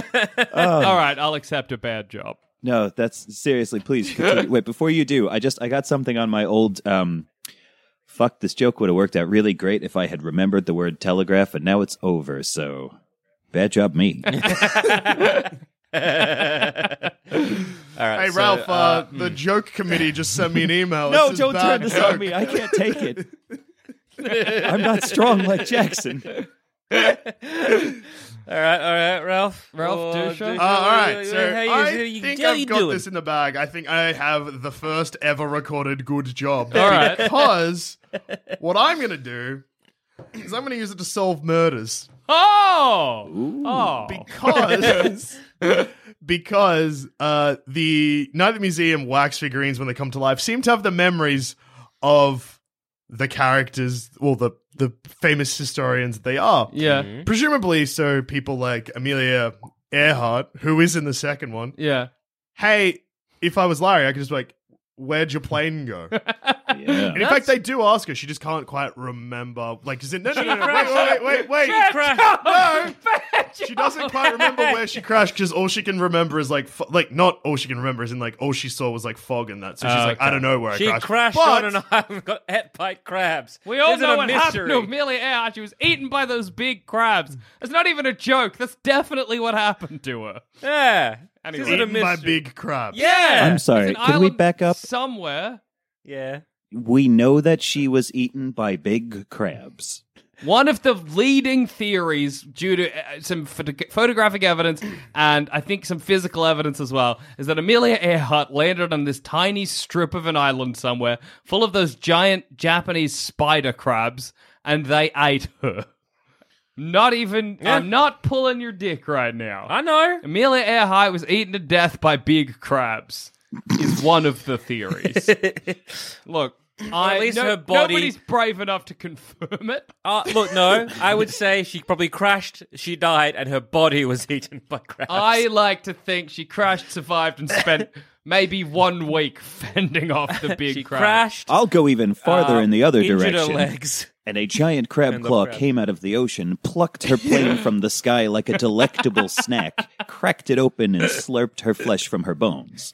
Speaker 2: Oh.
Speaker 5: all right, I'll accept a bad job.
Speaker 6: No, that's seriously. Please continue. wait. Before you do, I just I got something on my old. um Fuck, this joke would have worked out really great if I had remembered the word telegraph, and now it's over. So, bad job me.
Speaker 2: All right,
Speaker 4: Hey
Speaker 2: so,
Speaker 4: Ralph, uh,
Speaker 2: uh,
Speaker 4: the joke committee just sent me an email.
Speaker 6: no,
Speaker 4: It says
Speaker 6: don't
Speaker 4: bad
Speaker 6: turn this
Speaker 4: joke.
Speaker 6: on me. I can't take it. I'm not strong like Jackson.
Speaker 2: all right, all right, Ralph, Oh,
Speaker 5: Ralph Dusha?
Speaker 4: Uh, all right,
Speaker 2: Hey,
Speaker 4: so
Speaker 2: hey,
Speaker 4: I
Speaker 2: you- you-
Speaker 4: think
Speaker 2: how you
Speaker 4: I've got
Speaker 2: doing?
Speaker 4: this in the bag. I think I have the first ever recorded good job.
Speaker 5: All right.
Speaker 4: because what I'm going to do is I'm going to use it to solve murders.
Speaker 5: Oh, oh,
Speaker 4: Because because uh, the Night at the Museum wax figurines when they come to life seem to have the memories of the characters, well, the the famous historians they are.
Speaker 5: yeah,
Speaker 2: Mm-hmm.
Speaker 4: Presumably, so people like Amelia Earhart, who is in the second one,
Speaker 5: yeah.
Speaker 4: hey, if I was Larry, I could just be like, where'd your plane go? And
Speaker 6: Yeah.
Speaker 4: in fact, they do ask her. She just can't quite remember. Like, is it? No, no, no, no, wait, wait, wait, wait, wait. No, she doesn't quite remember where she crashed because all she can remember is like, fo- like not all she can remember is in like all she saw was like fog and that. So she's
Speaker 5: Oh,
Speaker 4: like, I don't know where
Speaker 2: She
Speaker 4: I
Speaker 2: crashed
Speaker 4: crashed. But-
Speaker 2: on an island, got hit by crabs.
Speaker 5: We all
Speaker 2: This is
Speaker 5: know
Speaker 2: a
Speaker 5: what happened
Speaker 2: mystery.
Speaker 5: to Amelia Earhart. She was eaten by those big crabs. That's not even a joke. That's definitely what happened to her.
Speaker 2: Yeah,
Speaker 5: Anyway.
Speaker 2: this is a
Speaker 4: Eaten by
Speaker 2: mystery.
Speaker 4: big crab.
Speaker 2: Yeah,
Speaker 6: I'm sorry.
Speaker 5: It's an
Speaker 6: Can we
Speaker 5: island
Speaker 6: back up?
Speaker 5: somewhere?
Speaker 2: yeah.
Speaker 6: We know that she was eaten by big crabs.
Speaker 5: One of the leading theories, due to uh, some phot- photographic evidence and I think some physical evidence as well, is that Amelia Earhart landed on this tiny strip of an island somewhere full of those giant Japanese spider crabs, and they ate her. Not even.
Speaker 2: Yeah.
Speaker 5: I'm not pulling your dick right now.
Speaker 2: I know.
Speaker 5: Amelia Earhart was eaten to death by big crabs. is one of the theories. Look, I
Speaker 2: at least
Speaker 5: no-
Speaker 2: her body-
Speaker 5: Nobody's brave enough to confirm it.
Speaker 2: Uh, look, no, I would say she probably crashed, she died, and her body was eaten by crabs.
Speaker 5: I like to think she crashed, survived, and spent maybe one week fending off the big
Speaker 2: she
Speaker 5: crab.
Speaker 2: crashed. um,
Speaker 6: I'll go even farther in the other
Speaker 2: Uh, injured
Speaker 6: direction.
Speaker 2: her legs.
Speaker 6: and a giant crab
Speaker 2: And the
Speaker 6: claw
Speaker 2: crab.
Speaker 6: came out of the ocean, plucked her plane from the sky like a delectable snack, cracked it open, and slurped her flesh from her bones.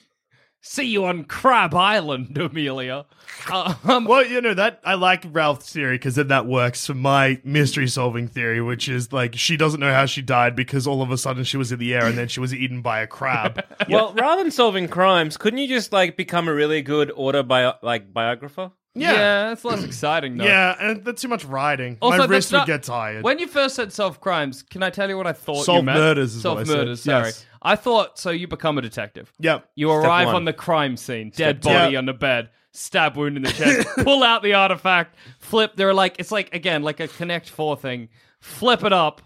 Speaker 5: See you on Crab Island, Amelia. Um,
Speaker 4: Well, you know that I like Ralph's theory because then that works for my mystery solving theory, which is like she doesn't know how she died because all of a sudden she was in the air and then she was eaten by a crab.
Speaker 2: Well, rather than solving crimes, couldn't you just like become a really good autobi like biographer?
Speaker 5: yeah. that's less exciting though.
Speaker 4: Yeah, and that's too much riding.
Speaker 5: Also,
Speaker 4: My
Speaker 5: that's
Speaker 4: wrist would
Speaker 5: not-
Speaker 4: get tired.
Speaker 5: When you first said solve crimes, can I tell you what I thought? you
Speaker 4: Solve
Speaker 5: meant?
Speaker 4: murders is
Speaker 5: solve
Speaker 4: what I said.
Speaker 5: murders. Sorry,
Speaker 4: Yes.
Speaker 5: I thought so. You become a detective.
Speaker 4: yep.
Speaker 5: You arrive
Speaker 2: one.
Speaker 5: on the crime scene, dead
Speaker 4: two.
Speaker 5: body
Speaker 4: Yeah.
Speaker 5: on the bed, stab wound in the chest, pull out the artifact, flip. They're like, it's like, again, like a Connect Four thing. Flip it up,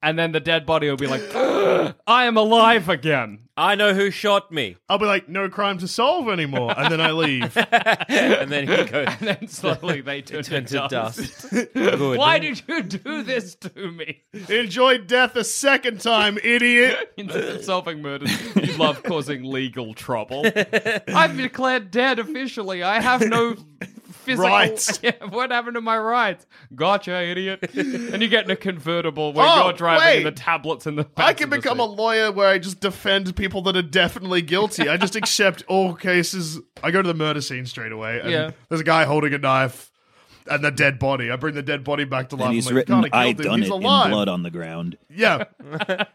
Speaker 5: and then the dead body will be like, I am alive again.
Speaker 2: I know who shot me.
Speaker 4: I'll be like, no crime to solve anymore, and then I leave.
Speaker 2: And then he goes,
Speaker 5: And then slowly they turn to
Speaker 2: turns to
Speaker 5: dust.
Speaker 2: dust. Good.
Speaker 5: Why did you do this to me?
Speaker 4: Enjoy death a second time, idiot.
Speaker 5: Instead of solving murders, you love causing legal trouble. I'm declared dead officially. I have no physical.
Speaker 4: Rights.
Speaker 5: Yeah, what happened to my rights? Gotcha, idiot. And you get in a convertible where
Speaker 4: Oh,
Speaker 5: you're driving
Speaker 4: wait.
Speaker 5: and the tablets in the.
Speaker 4: I can
Speaker 5: passenger
Speaker 4: become
Speaker 5: seat.
Speaker 4: a lawyer where I just defend people that are definitely guilty. I just accept all cases. I go to the murder scene straight away. And
Speaker 5: Yeah.
Speaker 4: There's a guy holding a knife and the dead body. I bring the dead body back to life.
Speaker 6: And he's
Speaker 4: I'm like,
Speaker 6: written,
Speaker 4: "You kinda
Speaker 6: I
Speaker 4: killed him.
Speaker 6: done it
Speaker 4: He's
Speaker 6: in
Speaker 4: alive."
Speaker 6: blood on the ground.
Speaker 4: Yeah.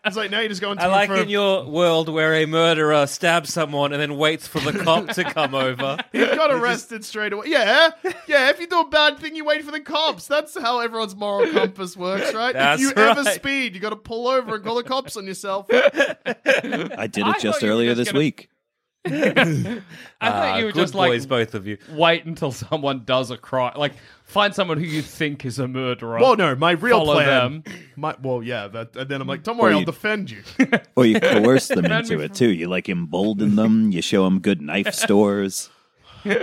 Speaker 4: It's like, now you just go into
Speaker 2: I like
Speaker 4: for
Speaker 2: in your world where a murderer stabs someone and then waits for the cop to come over.
Speaker 4: He got arrested straight away. Yeah, yeah. If you do a bad thing, you wait for the cops. That's how everyone's moral compass works, right?
Speaker 2: That's
Speaker 4: if you ever
Speaker 2: right.
Speaker 4: speed, you got to pull over and call the cops on yourself.
Speaker 6: I did
Speaker 5: I
Speaker 6: it just
Speaker 5: thought you were
Speaker 6: earlier
Speaker 5: just
Speaker 6: this
Speaker 5: gonna-
Speaker 6: week.
Speaker 5: I thought
Speaker 2: Ah,
Speaker 4: Uh,
Speaker 5: you were
Speaker 2: good
Speaker 5: just
Speaker 2: boys,
Speaker 5: like
Speaker 2: both of you.
Speaker 5: wait until someone does a crime. Like find someone who you think is a murderer.
Speaker 4: Well, no, my real
Speaker 5: Follow them.
Speaker 4: plan. My, well, yeah. That, and then I'm like, don't worry, I'll
Speaker 6: you-
Speaker 4: defend you.
Speaker 6: Or you coerce them
Speaker 5: Man,
Speaker 6: into
Speaker 5: we-
Speaker 6: it too. You like embolden them. You show them good knife stores.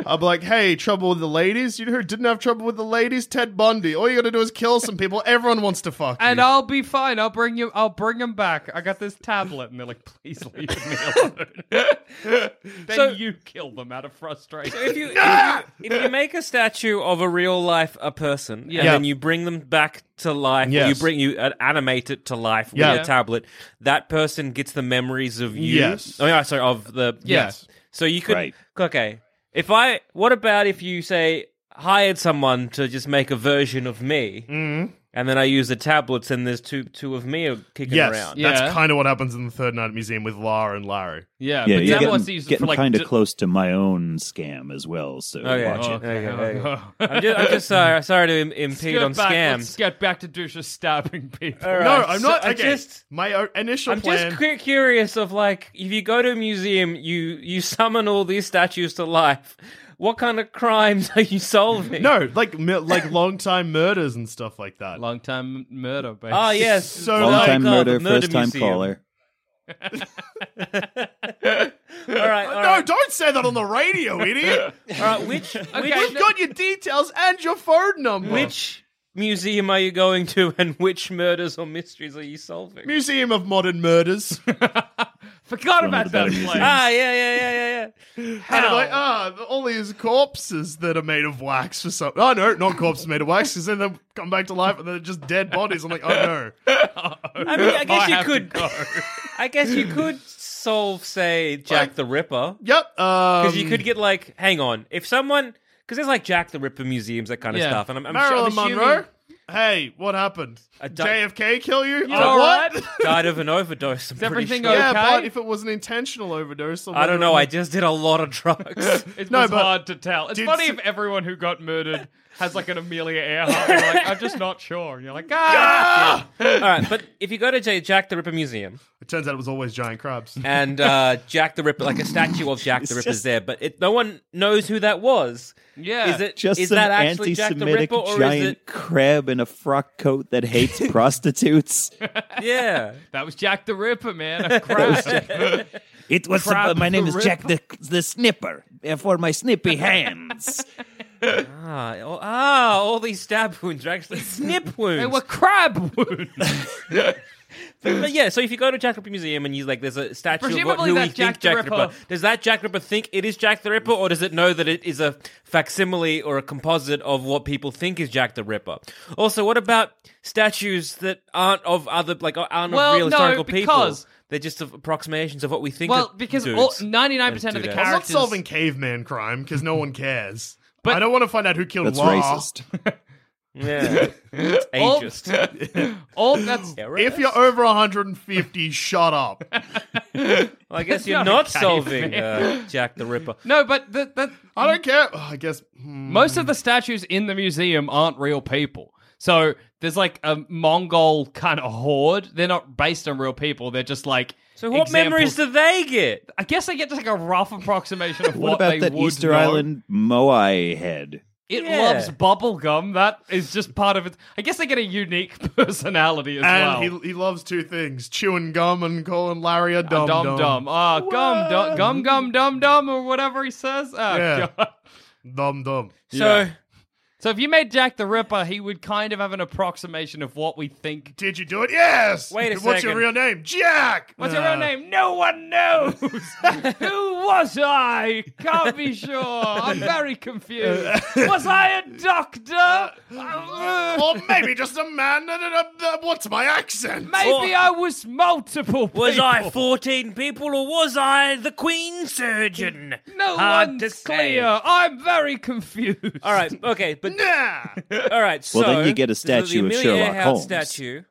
Speaker 4: I'll be like, hey, trouble with the ladies? You know who didn't have trouble with the ladies? Ted Bundy. All you got to do is kill some people. Everyone wants to fuck.
Speaker 5: And
Speaker 4: you.
Speaker 5: I'll be fine. I'll bring you. I'll bring him back. I got this tablet, and they're like, "Please leave me alone." then
Speaker 2: So-
Speaker 5: you kill them out of frustration.
Speaker 2: If you, if you if you make a statue of a real life a person and
Speaker 4: Yeah.
Speaker 2: then you bring them back to life,
Speaker 4: Yes.
Speaker 2: you bring you uh, animate it to life with
Speaker 4: Yeah.
Speaker 2: your tablet. That person gets the memories of you.
Speaker 4: Yes.
Speaker 2: Oh, yeah, sorry, of the
Speaker 4: Yes.
Speaker 2: So you could
Speaker 6: Right.
Speaker 2: okay. If I what about if you say hired someone to just make a version of me,
Speaker 4: Mm-hmm.
Speaker 2: and then I use the tablets and there's two two of me are kicking
Speaker 4: yes,
Speaker 2: around.
Speaker 4: that's
Speaker 5: Yeah.
Speaker 4: kind of what happens in the Third Night Museum with Lara and Larry.
Speaker 5: yeah,
Speaker 6: Yeah,
Speaker 5: but
Speaker 6: you're
Speaker 5: that was
Speaker 6: getting,
Speaker 5: used
Speaker 6: getting
Speaker 5: for like
Speaker 6: kind of
Speaker 5: d-
Speaker 6: close to my own scam as well. So
Speaker 2: Oh, yeah.
Speaker 6: watch it.
Speaker 2: Okay, okay. I'm just, I'm just sorry, sorry to Im- impede
Speaker 5: Get
Speaker 2: on
Speaker 5: back,
Speaker 2: scams.
Speaker 5: Let's get back to Dusha stabbing people.
Speaker 2: All right,
Speaker 4: No, I'm
Speaker 2: so
Speaker 4: not.
Speaker 2: I
Speaker 4: okay,
Speaker 2: just-
Speaker 4: my o- initial
Speaker 2: I'm
Speaker 4: plan.
Speaker 2: just cu- curious of like if you go to a museum, you you summon all these statues to life. What kind of crimes are you solving?
Speaker 4: no, like mi- like long time murders and stuff like that.
Speaker 5: Long time m- murder, baby.
Speaker 2: Ah, yes.
Speaker 4: So
Speaker 2: Oh,
Speaker 4: Long
Speaker 6: Long time
Speaker 2: God,
Speaker 6: murder,
Speaker 2: the murder
Speaker 6: first time
Speaker 2: museum.
Speaker 6: caller.
Speaker 2: All right, all
Speaker 4: no,
Speaker 2: right.
Speaker 4: don't say that on the radio, idiot.
Speaker 2: all right. Which
Speaker 4: We've
Speaker 2: which
Speaker 4: got your details and your phone number.
Speaker 2: which museum are you going to, and which murders or mysteries are you solving?
Speaker 4: Museum of Modern Murders. and
Speaker 5: Forgot
Speaker 6: One
Speaker 5: about
Speaker 6: of the
Speaker 5: that
Speaker 6: better
Speaker 5: place.
Speaker 6: museums.
Speaker 2: ah, yeah, yeah, yeah, yeah, yeah.
Speaker 4: I'm
Speaker 2: How?
Speaker 4: like, ah, all these corpses that are made of wax for some. Oh, no, not corpses made of wax, because then they come back to life and they're just dead bodies. I'm like, oh, no.
Speaker 2: I mean, I guess you
Speaker 5: have to
Speaker 2: could. I guess you could solve, say, Jack the Ripper.
Speaker 4: Yep. um,
Speaker 2: Because
Speaker 4: Because
Speaker 2: you could get like, hang on, if someone, because there's like Jack the Ripper museums, that kind of
Speaker 5: Yeah.
Speaker 2: stuff, and I'm, I'm, su-
Speaker 4: Marilyn
Speaker 2: I'm assuming
Speaker 4: Monroe. Hey, what happened?
Speaker 2: A du-
Speaker 4: JFK kill you?
Speaker 5: You
Speaker 4: Uh,
Speaker 5: all
Speaker 4: what?
Speaker 5: right?
Speaker 2: died of an overdose. I'm pretty
Speaker 5: everything
Speaker 2: sure.
Speaker 5: okay?
Speaker 4: Yeah, but if it was an intentional overdose, or
Speaker 2: I don't know. I
Speaker 4: whatever-
Speaker 2: just did a lot of drugs.
Speaker 5: It
Speaker 4: No,
Speaker 5: was
Speaker 4: but-
Speaker 5: hard to tell. It's
Speaker 4: Did
Speaker 5: funny
Speaker 4: s-
Speaker 5: if everyone who got murdered has like an Amelia Earhart. You're like, I'm just not sure. And you're like, ah!
Speaker 2: All right, but if you go to J- Jack the Ripper Museum
Speaker 4: It turns out it was always giant crabs.
Speaker 2: and uh, Jack the Ripper, like a statue of Jack the Ripper's there, but it, no one knows who that was.
Speaker 5: Yeah.
Speaker 2: is it
Speaker 6: Just
Speaker 2: is
Speaker 6: some
Speaker 2: that actually Jack the
Speaker 6: anti-Semitic
Speaker 2: Ripper or
Speaker 6: giant
Speaker 2: is it?
Speaker 6: crab in a frock coat that hates prostitutes.
Speaker 2: Yeah,
Speaker 5: That was Jack the Ripper, man. A crab.
Speaker 6: It was uh,
Speaker 5: Crab
Speaker 6: my name
Speaker 5: the
Speaker 6: is Jack the the Snipper uh, for my snippy hands.
Speaker 2: ah, oh, ah, all these stab wounds are actually snip wounds.
Speaker 5: they were crab wounds.
Speaker 2: But yeah, so if you go to Jack the Ripper Museum and you like, there's a statue of what,
Speaker 5: Presumably
Speaker 2: who we
Speaker 5: that
Speaker 2: think
Speaker 5: Jack
Speaker 2: Jack
Speaker 5: the
Speaker 2: the
Speaker 5: Ripper-
Speaker 2: Ripper. Does that Jack Ripper think it is Jack the Ripper, or does it know that it is a facsimile or a composite of what people think is Jack the Ripper? Also, what about statues that aren't of other, like aren't
Speaker 5: Well,
Speaker 2: of real
Speaker 5: no,
Speaker 2: historical
Speaker 5: because-
Speaker 2: people? They're just approximations of what we think.
Speaker 5: well,
Speaker 2: that
Speaker 5: because
Speaker 2: dudes
Speaker 5: all, 99%
Speaker 2: and
Speaker 5: of the
Speaker 2: dudettes.
Speaker 4: I'm not
Speaker 5: characters.
Speaker 4: solving caveman crime because no one cares. I don't want to find out who killed
Speaker 6: That's
Speaker 4: Law.
Speaker 6: racist.
Speaker 2: yeah, it's
Speaker 5: all,
Speaker 2: ageist.
Speaker 5: all that's.
Speaker 2: Yeah, right.
Speaker 4: If you're over 150, shut up.
Speaker 2: well, I guess you're
Speaker 5: not a
Speaker 2: not
Speaker 5: cave,
Speaker 2: solving uh, Jack the Ripper.
Speaker 5: No, but the, the,
Speaker 4: I don't care. Oh, I guess. hmm.
Speaker 5: most of the statues in the museum aren't real people. So there's like a Mongol kind of horde. They're not based on real people. They're just like.
Speaker 2: So what memories
Speaker 5: examples-
Speaker 2: do they get?
Speaker 5: I guess I get just like a rough approximation of
Speaker 6: What
Speaker 5: they
Speaker 6: about that
Speaker 5: would
Speaker 6: Easter
Speaker 5: know.
Speaker 6: Island Moai head?
Speaker 5: It
Speaker 2: Yeah.
Speaker 5: loves bubblegum. That is just part of it. I guess they get a unique personality as well.
Speaker 4: And he, he loves two things chewing gum and calling Larry a dumb
Speaker 5: dumb,
Speaker 4: dumb.
Speaker 5: dumb. Ah, gum, dum, gum, gum, dum, dum, or whatever he says. Oh,
Speaker 4: Yeah.
Speaker 5: God.
Speaker 4: Dumb dumb.
Speaker 2: So
Speaker 5: So if you made Jack the Ripper, he would kind of have an approximation of what we think.
Speaker 4: Did you do it? Yes.
Speaker 2: Wait a
Speaker 4: What's
Speaker 2: second.
Speaker 4: your real name? Jack.
Speaker 5: What's your real name? No one knows. Who was I? Can't be sure. I'm very confused. Was I a doctor? Uh,
Speaker 4: or maybe just a man. No, no, no, no, What's my accent?
Speaker 5: Maybe I was multiple people.
Speaker 2: was I fourteen people or was I the Queen Surgeon?
Speaker 5: No
Speaker 2: Hard to
Speaker 5: one's
Speaker 2: say.
Speaker 5: clear. I'm very confused.
Speaker 2: All right, okay, but
Speaker 4: Nah.
Speaker 2: all right. So
Speaker 6: Well, then you get a
Speaker 2: this is the
Speaker 6: statue of
Speaker 2: Amelia
Speaker 6: Sherlock
Speaker 2: Earhart
Speaker 6: Holmes.
Speaker 2: Statue.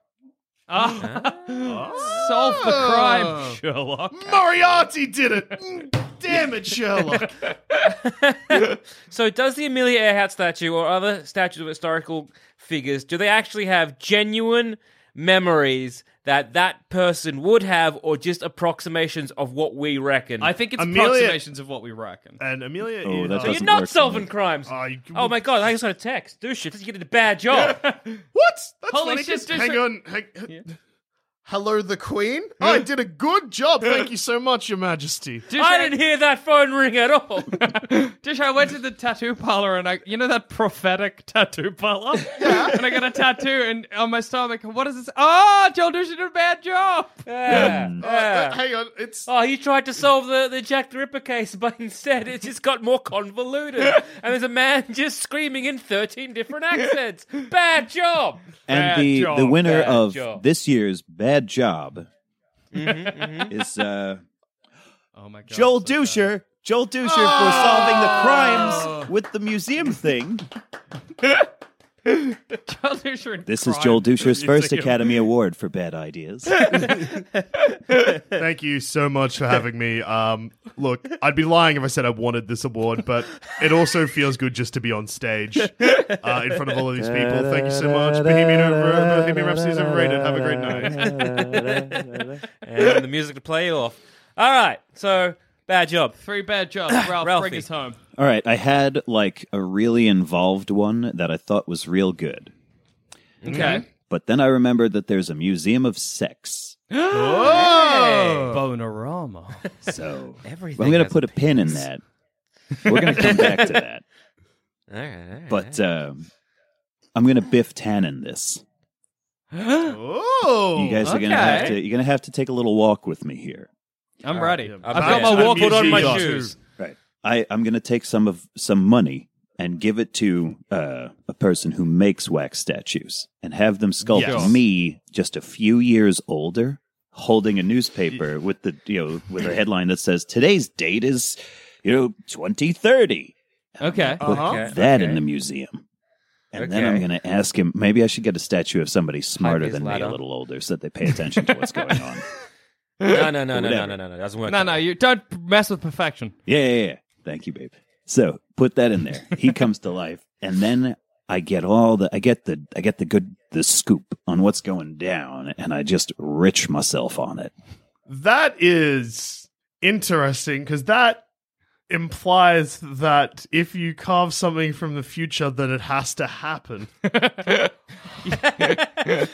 Speaker 5: Ah.
Speaker 2: Oh.
Speaker 5: Solve the crime, Sherlock.
Speaker 4: Moriarty did it. Mm, Damn it, Sherlock.
Speaker 2: So, does the Amelia Earhart statue or other statues of historical figures do they actually have genuine memories that that person would have, or just approximations of what we reckon?
Speaker 5: I think it's
Speaker 4: Amelia-
Speaker 5: approximations of what we reckon.
Speaker 4: and Amelia.
Speaker 6: Oh, that
Speaker 4: Earhart-
Speaker 2: so you're
Speaker 6: doesn't
Speaker 2: not
Speaker 6: work for
Speaker 2: solving
Speaker 6: me.
Speaker 2: crimes.
Speaker 4: Oh, you-
Speaker 2: oh my god! I just got a text. Do shit. You did a bad job.
Speaker 4: What? That's
Speaker 5: Holy
Speaker 4: funny,
Speaker 5: shit,
Speaker 4: 'cause-
Speaker 5: there's
Speaker 4: Hang
Speaker 5: a-
Speaker 4: on. Hang... Hello, the Queen. Oh, I did a good job. Thank you so much, Your Majesty.
Speaker 2: I didn't hear that phone ring at all.
Speaker 5: Dish, I went to the tattoo parlor and I, you know that prophetic tattoo parlor? Yeah. and I got a tattoo and on my stomach. and What is this? Oh, Joel Dish did a bad job.
Speaker 2: Yeah,
Speaker 6: Um,
Speaker 4: Uh,
Speaker 2: yeah.
Speaker 4: uh, hang on. It's
Speaker 2: Oh, he tried to solve the, the Jack the Ripper case, but instead it just got more convoluted. and there's a man just screaming in 13 different accents. Bad job!
Speaker 6: And
Speaker 5: Bad
Speaker 6: the,
Speaker 5: job,
Speaker 6: the winner
Speaker 2: bad
Speaker 6: of
Speaker 2: job.
Speaker 6: this year's Bad Job is uh,
Speaker 5: Oh my god.
Speaker 6: Joel Duscher. Joel Duscher for solving the crimes with the museum thing.
Speaker 5: Joel Dusher and
Speaker 6: This is
Speaker 5: crime.
Speaker 6: Joel Duscher's first Academy Award for bad ideas.
Speaker 4: Thank you so much for having me. Um, look, I'd be lying if I said I wanted this award, but it also feels good just to be on stage uh, in front of all of these people. Thank you so much. Bohemian, Over- Bohemian Rhapsody is overrated. Have a great night.
Speaker 2: And the music to play it off. All right, so bad job.
Speaker 5: Three bad jobs. Ralph,
Speaker 2: Ralphie.
Speaker 5: bring us home.
Speaker 6: All right, I had like a really involved one that I thought was real good.
Speaker 5: Okay.
Speaker 6: But then I remembered that there's a museum of sex.
Speaker 5: Oh.
Speaker 6: Oh!
Speaker 5: Bonorama.
Speaker 6: So
Speaker 2: Everything.
Speaker 6: I'm going to
Speaker 2: has
Speaker 6: put a pin in that. We're going to come back to that.
Speaker 2: All right, all right.
Speaker 6: But um, I'm going to Biff Tannen this.
Speaker 4: Oh,
Speaker 6: You guys are going to have
Speaker 5: okay.
Speaker 6: to. You're going to have to take a little walk with me here.
Speaker 5: I'm ready. I've
Speaker 2: back.
Speaker 5: got my
Speaker 2: I'm
Speaker 5: walk
Speaker 2: put on my
Speaker 4: museum.
Speaker 2: shoes.
Speaker 6: Right. I, I'm going to take some of some money and give it to uh, a person who makes wax statues and have them sculpt
Speaker 4: Yes.
Speaker 6: me just a few years older, holding a newspaper with the you know with a headline that says today's date is you know 2030.
Speaker 5: Okay.
Speaker 6: Put
Speaker 2: Okay,
Speaker 6: that
Speaker 2: okay.
Speaker 6: in the museum. And then I'm
Speaker 2: Okay.
Speaker 6: going to ask him. Maybe I should get a statue of somebody smarter
Speaker 2: his
Speaker 6: than me,
Speaker 2: ladder.
Speaker 6: a little older, so that they pay attention to what's going on.
Speaker 2: No, no, no, no, no,
Speaker 6: Whatever.
Speaker 2: no, no, no. Doesn't work.
Speaker 5: No, no, you don't mess with perfection.
Speaker 6: Yeah, yeah, yeah. Thank you, babe. So put that in there. He comes to life, and then I get all the I get the I get the good the scoop on what's going down, and I just rich myself on it.
Speaker 4: That is interesting because that implies that if you carve something from the future, then it has to happen.
Speaker 2: Yeah,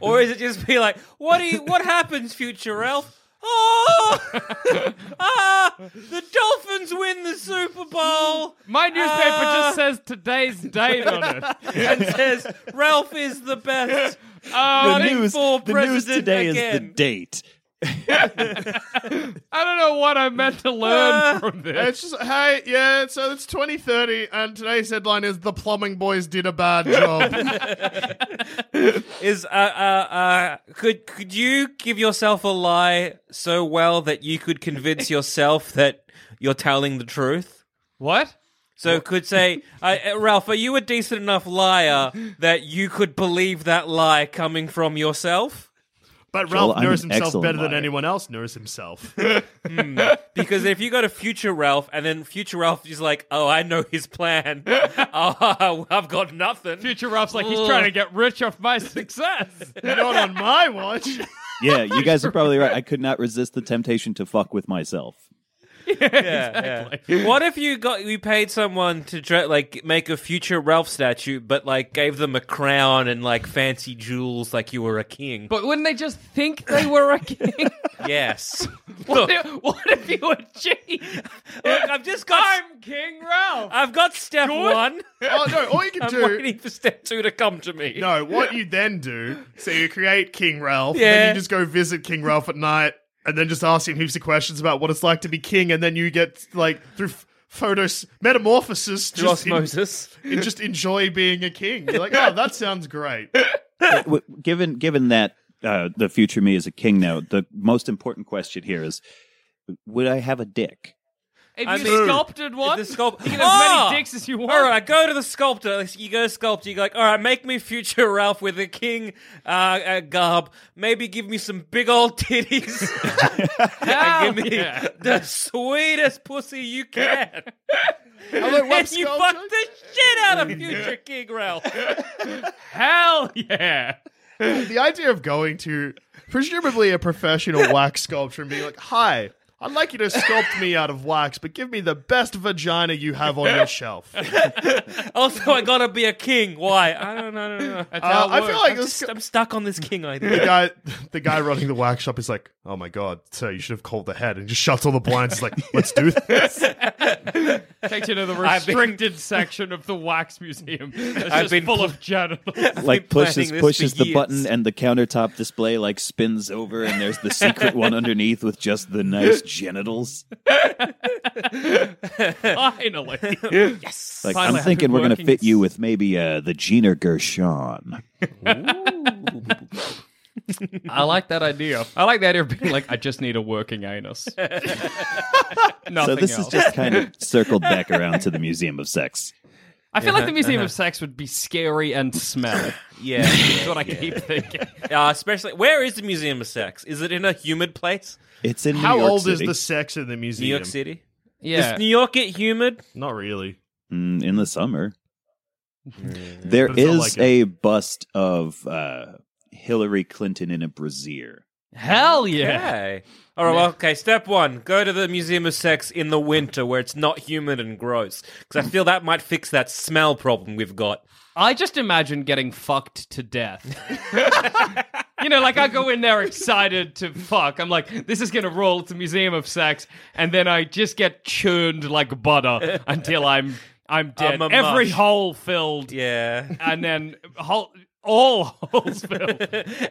Speaker 2: Or is it just be like, what do you, what happens, future Ralph? Oh, ah, the Dolphins win the Super Bowl.
Speaker 5: My newspaper
Speaker 2: Ah.
Speaker 5: just says today's date on it.
Speaker 2: and says Ralph is the best.
Speaker 5: Um,
Speaker 2: Running for
Speaker 6: the news
Speaker 2: president
Speaker 6: today is the
Speaker 2: again.
Speaker 6: date.
Speaker 5: I don't know what I meant to learn
Speaker 2: Uh,
Speaker 5: from this.
Speaker 4: it's just hey, yeah. So it's 2030, and today's headline is the plumbing boys did a bad job.
Speaker 2: Is uh, uh, uh, could could you give yourself a lie so well that you could convince yourself that you're telling the truth?
Speaker 5: What?
Speaker 2: So could say, uh, uh, Ralph, are you a decent enough liar that you could believe that lie coming from yourself?
Speaker 4: but
Speaker 6: Joel,
Speaker 4: Ralph
Speaker 6: I'm
Speaker 4: knows
Speaker 6: an
Speaker 4: himself
Speaker 6: excellent
Speaker 4: better than
Speaker 6: liar.
Speaker 4: anyone else knows himself.
Speaker 2: Because if you go to future Ralph and then future Ralph is like, oh, I know his plan. oh, I've got nothing.
Speaker 5: Future Ralph's like, he's trying to get rich off my success.
Speaker 4: Not on my watch.
Speaker 6: Yeah, you guys are probably right. I could not resist the temptation to fuck with myself.
Speaker 2: yeah, yeah. What if you got you paid someone to dre- like make a future Ralph statue, but like gave them a crown and like fancy jewels, like you were a king?
Speaker 5: But wouldn't they just think they were a king?
Speaker 2: yes.
Speaker 5: what,
Speaker 2: Look,
Speaker 5: if, what if you were cheating?
Speaker 2: look, I've just got
Speaker 5: I'm King Ralph.
Speaker 2: I've got step one.
Speaker 4: Oh no! All you can
Speaker 2: I'm
Speaker 4: do
Speaker 2: waiting for step two to come to me.
Speaker 4: No, what you then do, so you create King Ralph, and
Speaker 2: Yeah.
Speaker 4: then you just go visit King Ralph at night, and then just ask him heaps of questions about what it's like to be king, and then you get like through f- photos metamorphosis,
Speaker 2: Through
Speaker 4: just en-
Speaker 2: osmosis.
Speaker 4: en- just enjoy being a king. You're like, oh, that sounds great.
Speaker 6: Uh, w- given given that uh, the future me is a king now, the most important question here is: Would I have a dick?
Speaker 5: If
Speaker 2: I
Speaker 5: you
Speaker 2: mean-
Speaker 5: sculpted one,
Speaker 2: The sculpt-
Speaker 5: you can have as
Speaker 2: Oh!
Speaker 5: many dicks as you want.
Speaker 2: All right, I go to the sculptor. like, You go to sculptor. You go like, all right, make me future Ralph with a king uh, uh, garb. Maybe give me some big old titties. and give me the sweetest pussy you can.
Speaker 4: like, "What
Speaker 2: and you
Speaker 4: sculptor?"
Speaker 2: fuck the shit out of future King Ralph.
Speaker 5: Hell yeah.
Speaker 4: the idea of going to presumably a professional wax sculptor and being like, hi. I'd like you to sculpt me out of wax, but give me the best vagina you have on your shelf.
Speaker 2: Also, I gotta be a king. Why? I don't know. I don't know.
Speaker 4: Uh, I feel like
Speaker 2: I'm,
Speaker 4: this
Speaker 2: just- I'm stuck on this king
Speaker 4: the
Speaker 2: idea.
Speaker 4: guy the guy running the wax shop is like, "Oh my god, sir, you should have called the head." And just shuts all the blinds. He's like, "Let's do this."
Speaker 5: Takes you to the
Speaker 2: I've been-
Speaker 5: restricted section of the wax museum. It's
Speaker 2: I've
Speaker 5: just
Speaker 2: been
Speaker 5: full
Speaker 2: pl-
Speaker 5: of genitals.
Speaker 2: been
Speaker 6: Like pushes
Speaker 2: planning this
Speaker 6: pushes
Speaker 2: for
Speaker 6: the
Speaker 2: years.
Speaker 6: button, and the countertop display like spins over, and there's the secret one underneath with just the nice genitals.
Speaker 5: Finally.
Speaker 6: Like
Speaker 5: Finally,
Speaker 6: I'm
Speaker 5: I've
Speaker 6: thinking
Speaker 5: been
Speaker 6: we're gonna
Speaker 5: working
Speaker 6: fit
Speaker 5: s-
Speaker 6: you with maybe uh, the Gina Gershon.
Speaker 5: I like that idea. I like the idea of being like, I just need a working anus.
Speaker 6: so
Speaker 5: Nothing
Speaker 6: this
Speaker 5: else.
Speaker 6: is just kind of circled back around to the Museum of Sex.
Speaker 5: I feel
Speaker 2: Uh-huh,
Speaker 5: like the Museum of Sex would be scary and smelly.
Speaker 2: yeah.
Speaker 5: That's what I keep thinking.
Speaker 2: Uh, especially, where is the Museum of Sex? Is it in a humid place?
Speaker 6: It's in
Speaker 4: How
Speaker 6: New York
Speaker 4: old
Speaker 6: City,
Speaker 4: is the sex in the museum?
Speaker 2: New York City.
Speaker 5: Yeah.
Speaker 2: Does New York get humid?
Speaker 4: Not really.
Speaker 6: Mm, in the summer. There
Speaker 4: But it's not
Speaker 6: is
Speaker 4: like
Speaker 6: a bust of uh, Hillary Clinton in a brassiere.
Speaker 5: Hell yeah.
Speaker 2: Okay. All right. Well, okay. Step one: go to the Museum of Sex in the winter, where it's not humid and gross, because I feel that might fix that smell problem we've got.
Speaker 5: I just imagine getting fucked to death. you know, like I go in there excited to fuck. I'm like, this is going to roll. It's a museum of sex. And then I just get churned like butter until I'm I'm dead.
Speaker 2: I'm a
Speaker 5: Every
Speaker 2: mush.
Speaker 5: hole filled.
Speaker 2: Yeah.
Speaker 5: And then hole, all holes filled.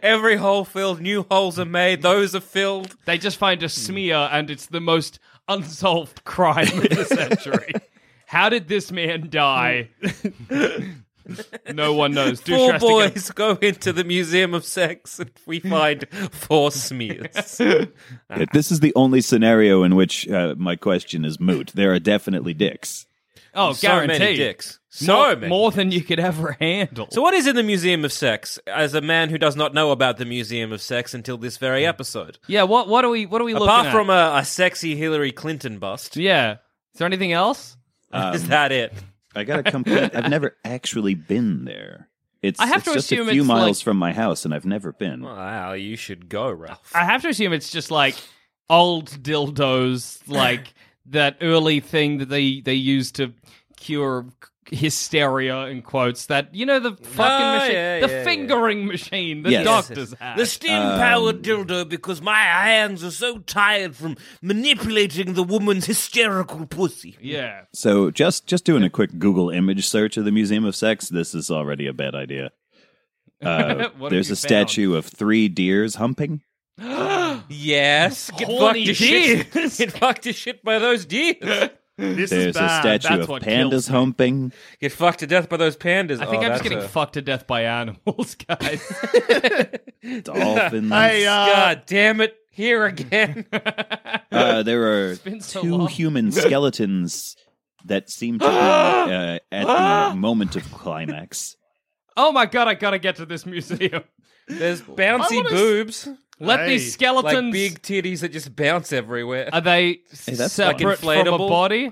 Speaker 2: Every hole filled, new holes are made. Those are filled.
Speaker 5: They just find a smear, and it's the most unsolved crime of the century. How did this man die? no one knows. Douche
Speaker 2: Four
Speaker 5: has to get a-
Speaker 2: boys go into the Museum of Sex, and we find four smears.
Speaker 6: Yeah, This is the only scenario in which uh, my question is moot. There are definitely dicks.
Speaker 5: Oh,
Speaker 2: so
Speaker 5: guaranteed.
Speaker 2: many dicks. So
Speaker 5: More,
Speaker 2: many.
Speaker 5: more than you could ever handle.
Speaker 2: So, what is in the Museum of Sex? As a man who does not know about the Museum of Sex until this very episode,
Speaker 5: yeah, what what are we what are we looking
Speaker 2: apart
Speaker 5: at?
Speaker 2: from a, a sexy Hillary Clinton bust,
Speaker 5: yeah, is there anything else?
Speaker 2: is that it?
Speaker 6: I gotta come clean. I've never actually been there. It's,
Speaker 5: I have
Speaker 6: it's
Speaker 5: to
Speaker 6: just
Speaker 5: assume
Speaker 6: a few
Speaker 5: it's
Speaker 6: miles
Speaker 5: like-
Speaker 6: from my house, and I've never been.
Speaker 2: Wow, you should go, Ralph.
Speaker 5: I have to assume it's just like old dildos, like that early thing that they they used to cure hysteria in quotes that you know the fucking
Speaker 2: Oh,
Speaker 5: machine
Speaker 2: yeah,
Speaker 5: the
Speaker 2: yeah, yeah.
Speaker 5: fingering machine the
Speaker 6: Yes.
Speaker 5: doctors have
Speaker 2: The steam powered dildo because my hands are so tired from manipulating the woman's hysterical pussy.
Speaker 5: yeah
Speaker 6: So just just doing a quick Google image search of the Museum of Sex. This is already a bad idea. Uh,
Speaker 5: What have
Speaker 6: there's
Speaker 5: you
Speaker 6: a statue of three deers humping.
Speaker 2: Yes. Get fucked
Speaker 5: Horny
Speaker 2: to shit. Get fucked to shit by those deers.
Speaker 4: This is
Speaker 6: There's a
Speaker 4: bad.
Speaker 6: statue
Speaker 5: That's
Speaker 6: of
Speaker 5: what
Speaker 6: pandas
Speaker 5: kills me.
Speaker 6: humping.
Speaker 2: Get fucked to death by those pandas.
Speaker 5: i think
Speaker 2: Oh,
Speaker 5: i'm
Speaker 2: that's
Speaker 5: just getting
Speaker 2: a-
Speaker 5: fucked to death by animals guys
Speaker 6: Dolphins.
Speaker 4: Hey, uh,
Speaker 2: God damn it. Here again.
Speaker 6: Uh, there are
Speaker 5: been so
Speaker 6: two
Speaker 5: long.
Speaker 6: human skeletons that seem to be uh, at the moment of climax.
Speaker 5: oh my god i gotta get to this museum
Speaker 2: There's bouncy
Speaker 4: wanna s-
Speaker 2: boobs.
Speaker 5: let
Speaker 4: Hey,
Speaker 5: these
Speaker 2: like
Speaker 5: skeletons
Speaker 2: big titties that just bounce everywhere.
Speaker 5: are they
Speaker 6: that's
Speaker 2: fucking
Speaker 5: separate from a
Speaker 2: inflatable.
Speaker 5: body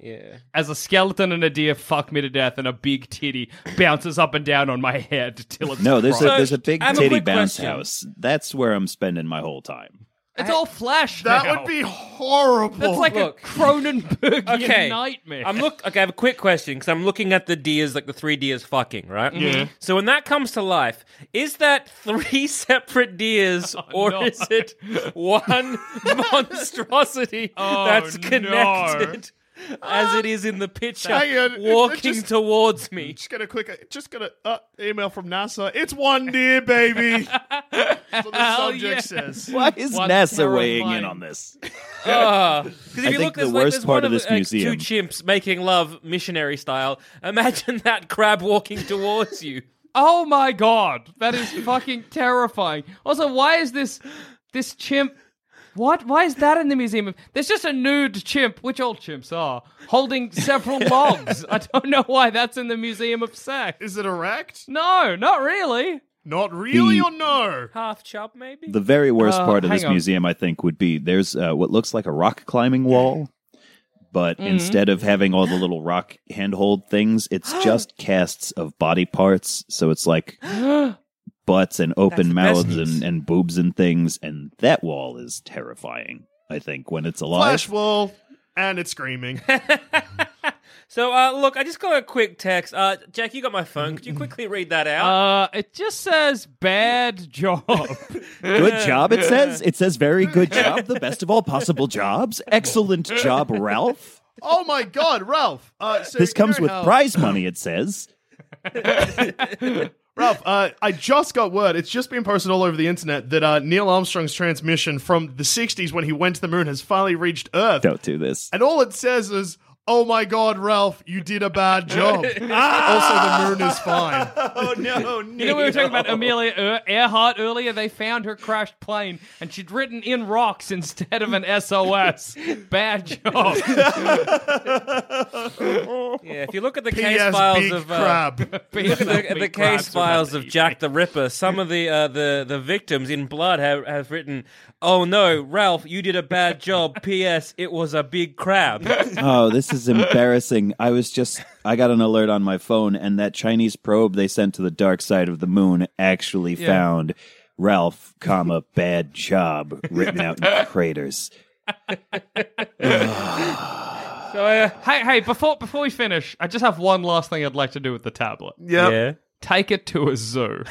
Speaker 2: yeah.
Speaker 5: as a skeleton and a deer fuck me to death and a big titty bounces up and down on my head till it's
Speaker 6: No, there's a
Speaker 2: So,
Speaker 6: there's a big
Speaker 2: I have a
Speaker 6: titty
Speaker 2: quick
Speaker 6: bounce
Speaker 2: question.
Speaker 6: house. That's where I'm spending my whole time.
Speaker 5: It's all flash.
Speaker 4: That
Speaker 5: now.
Speaker 4: would be horrible.
Speaker 5: That's like
Speaker 8: Look.
Speaker 5: a Cronenbergian
Speaker 2: Okay.
Speaker 5: nightmare.
Speaker 2: I'm look. Okay, I have a quick question because I'm looking at the deers, like the three deers fucking, right?
Speaker 5: Mm-hmm.
Speaker 2: Yeah. So when that comes to life, is that three separate deers, or
Speaker 5: Oh, no.
Speaker 2: is it one monstrosity that's
Speaker 5: Oh, no.
Speaker 2: connected, as it is in the picture,
Speaker 4: Hang on, it- it
Speaker 2: walking
Speaker 4: just-
Speaker 2: towards me?
Speaker 4: Just gonna quick, just gonna uh, email from NASA. It's one deer, baby. That's what the subject
Speaker 5: yeah.
Speaker 4: says.
Speaker 6: Why is
Speaker 5: One
Speaker 6: NASA
Speaker 5: terrifying-
Speaker 6: weighing in on this?
Speaker 2: Because if
Speaker 6: I
Speaker 2: you
Speaker 6: think
Speaker 2: look, there's,
Speaker 6: the
Speaker 2: like,
Speaker 6: worst
Speaker 2: there's
Speaker 6: part
Speaker 2: one
Speaker 6: of
Speaker 2: the-
Speaker 6: this
Speaker 2: like, two
Speaker 6: museum-
Speaker 2: chimps making love missionary style. Imagine that crab walking towards you.
Speaker 5: Oh my god, that is fucking terrifying. Also, why is this this chimp? What? Why is that in the museum? There's just a nude chimp, which all chimps are, holding several logs. I don't know why that's in the museum of sex.
Speaker 4: Is it erect?
Speaker 5: No, not really.
Speaker 4: Not really,
Speaker 6: The-
Speaker 4: or no?
Speaker 2: Half chub, maybe.
Speaker 6: The very worst
Speaker 5: Uh,
Speaker 6: part of
Speaker 5: hang
Speaker 6: this
Speaker 5: on.
Speaker 6: museum, I think, would be there's uh, what looks like a rock climbing wall, but
Speaker 2: Mm-hmm.
Speaker 6: instead of having all the little rock handhold things, it's just casts of body parts. So it's like butts and open
Speaker 2: the best
Speaker 6: mouths
Speaker 2: news.
Speaker 6: and, and boobs and things. And that wall is terrifying, I think, when it's alive.
Speaker 4: Flash wall, and it's screaming.
Speaker 2: So, uh, look, I just got a quick text. Uh, Jack, you got my phone. Could you quickly read that out?
Speaker 5: Uh, it just says bad job.
Speaker 6: Good job, it says. It says very good job. The best of all possible jobs. Excellent job, Ralph.
Speaker 4: oh my God, Ralph. Uh, so
Speaker 6: This
Speaker 4: you
Speaker 6: comes
Speaker 4: know
Speaker 6: with
Speaker 4: how-
Speaker 6: prize money, it says.
Speaker 4: Ralph, uh, I just got word. It's just been posted all over the internet that uh, Neil Armstrong's transmission from the '60s when he went to the moon has finally reached Earth,
Speaker 6: Don't do this.
Speaker 4: and all it says is. Oh my God, Ralph! You did a bad job. also, the moon is fine.
Speaker 2: oh, no, no.
Speaker 5: You know, we were talking about Amelia Er- Earhart earlier. They found her crashed plane, and she'd written in rocks instead of an SOS. Bad job.
Speaker 4: Uh,
Speaker 2: Yeah, if you look at the case
Speaker 4: P.S.
Speaker 2: files
Speaker 4: Big
Speaker 2: of. Uh,
Speaker 4: crab.
Speaker 2: Look at the, at the case files of Jack the Ripper. Some of the uh, the the victims in blood have, have written, "Oh no, Ralph, you did a bad job." P.S. It was a big crab.
Speaker 6: Oh, this is embarrassing. I was just I got an alert on my phone and that Chinese probe they sent to the dark side of the moon actually found Ralph, comma, bad job written out in craters.
Speaker 2: So, uh,
Speaker 5: hey, hey, before before we finish, I just have one last thing I'd like to do with the tablet.
Speaker 4: Yep.
Speaker 2: yeah.
Speaker 5: Take it to a zoo.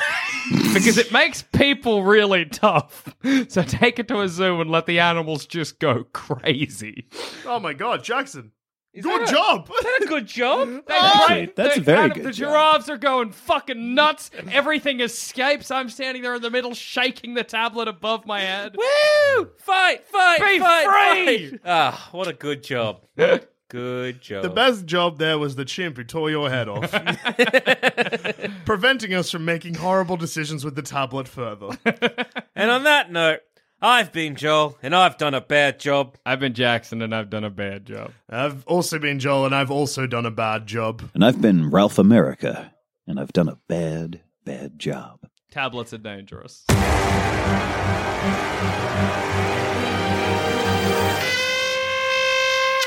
Speaker 5: because it makes people really tough. So take it to a zoo and let the animals just go crazy.
Speaker 4: Oh my God, Jackson! Good
Speaker 5: that a-
Speaker 4: job.
Speaker 5: That's a good job.
Speaker 6: Actually, that's a very good
Speaker 5: The
Speaker 6: job.
Speaker 5: giraffes are going fucking nuts. Everything escapes. I'm standing there in the middle, shaking the tablet above my head.
Speaker 2: Woo! Fight! Fight!
Speaker 5: Be
Speaker 2: fight!
Speaker 5: free!
Speaker 2: Fight! Ah, what a good job. Good job.
Speaker 4: The best job there was the chimp who tore your head off, preventing us from making horrible decisions with the tablet further.
Speaker 2: And on that note, I've been Joel, and I've done a bad job.
Speaker 5: I've been Jackson and I've done a bad job.
Speaker 4: I've also been Joel, and I've also done a bad job.
Speaker 6: And I've been Ralph America and I've done a bad, bad job.
Speaker 5: Tablets are dangerous.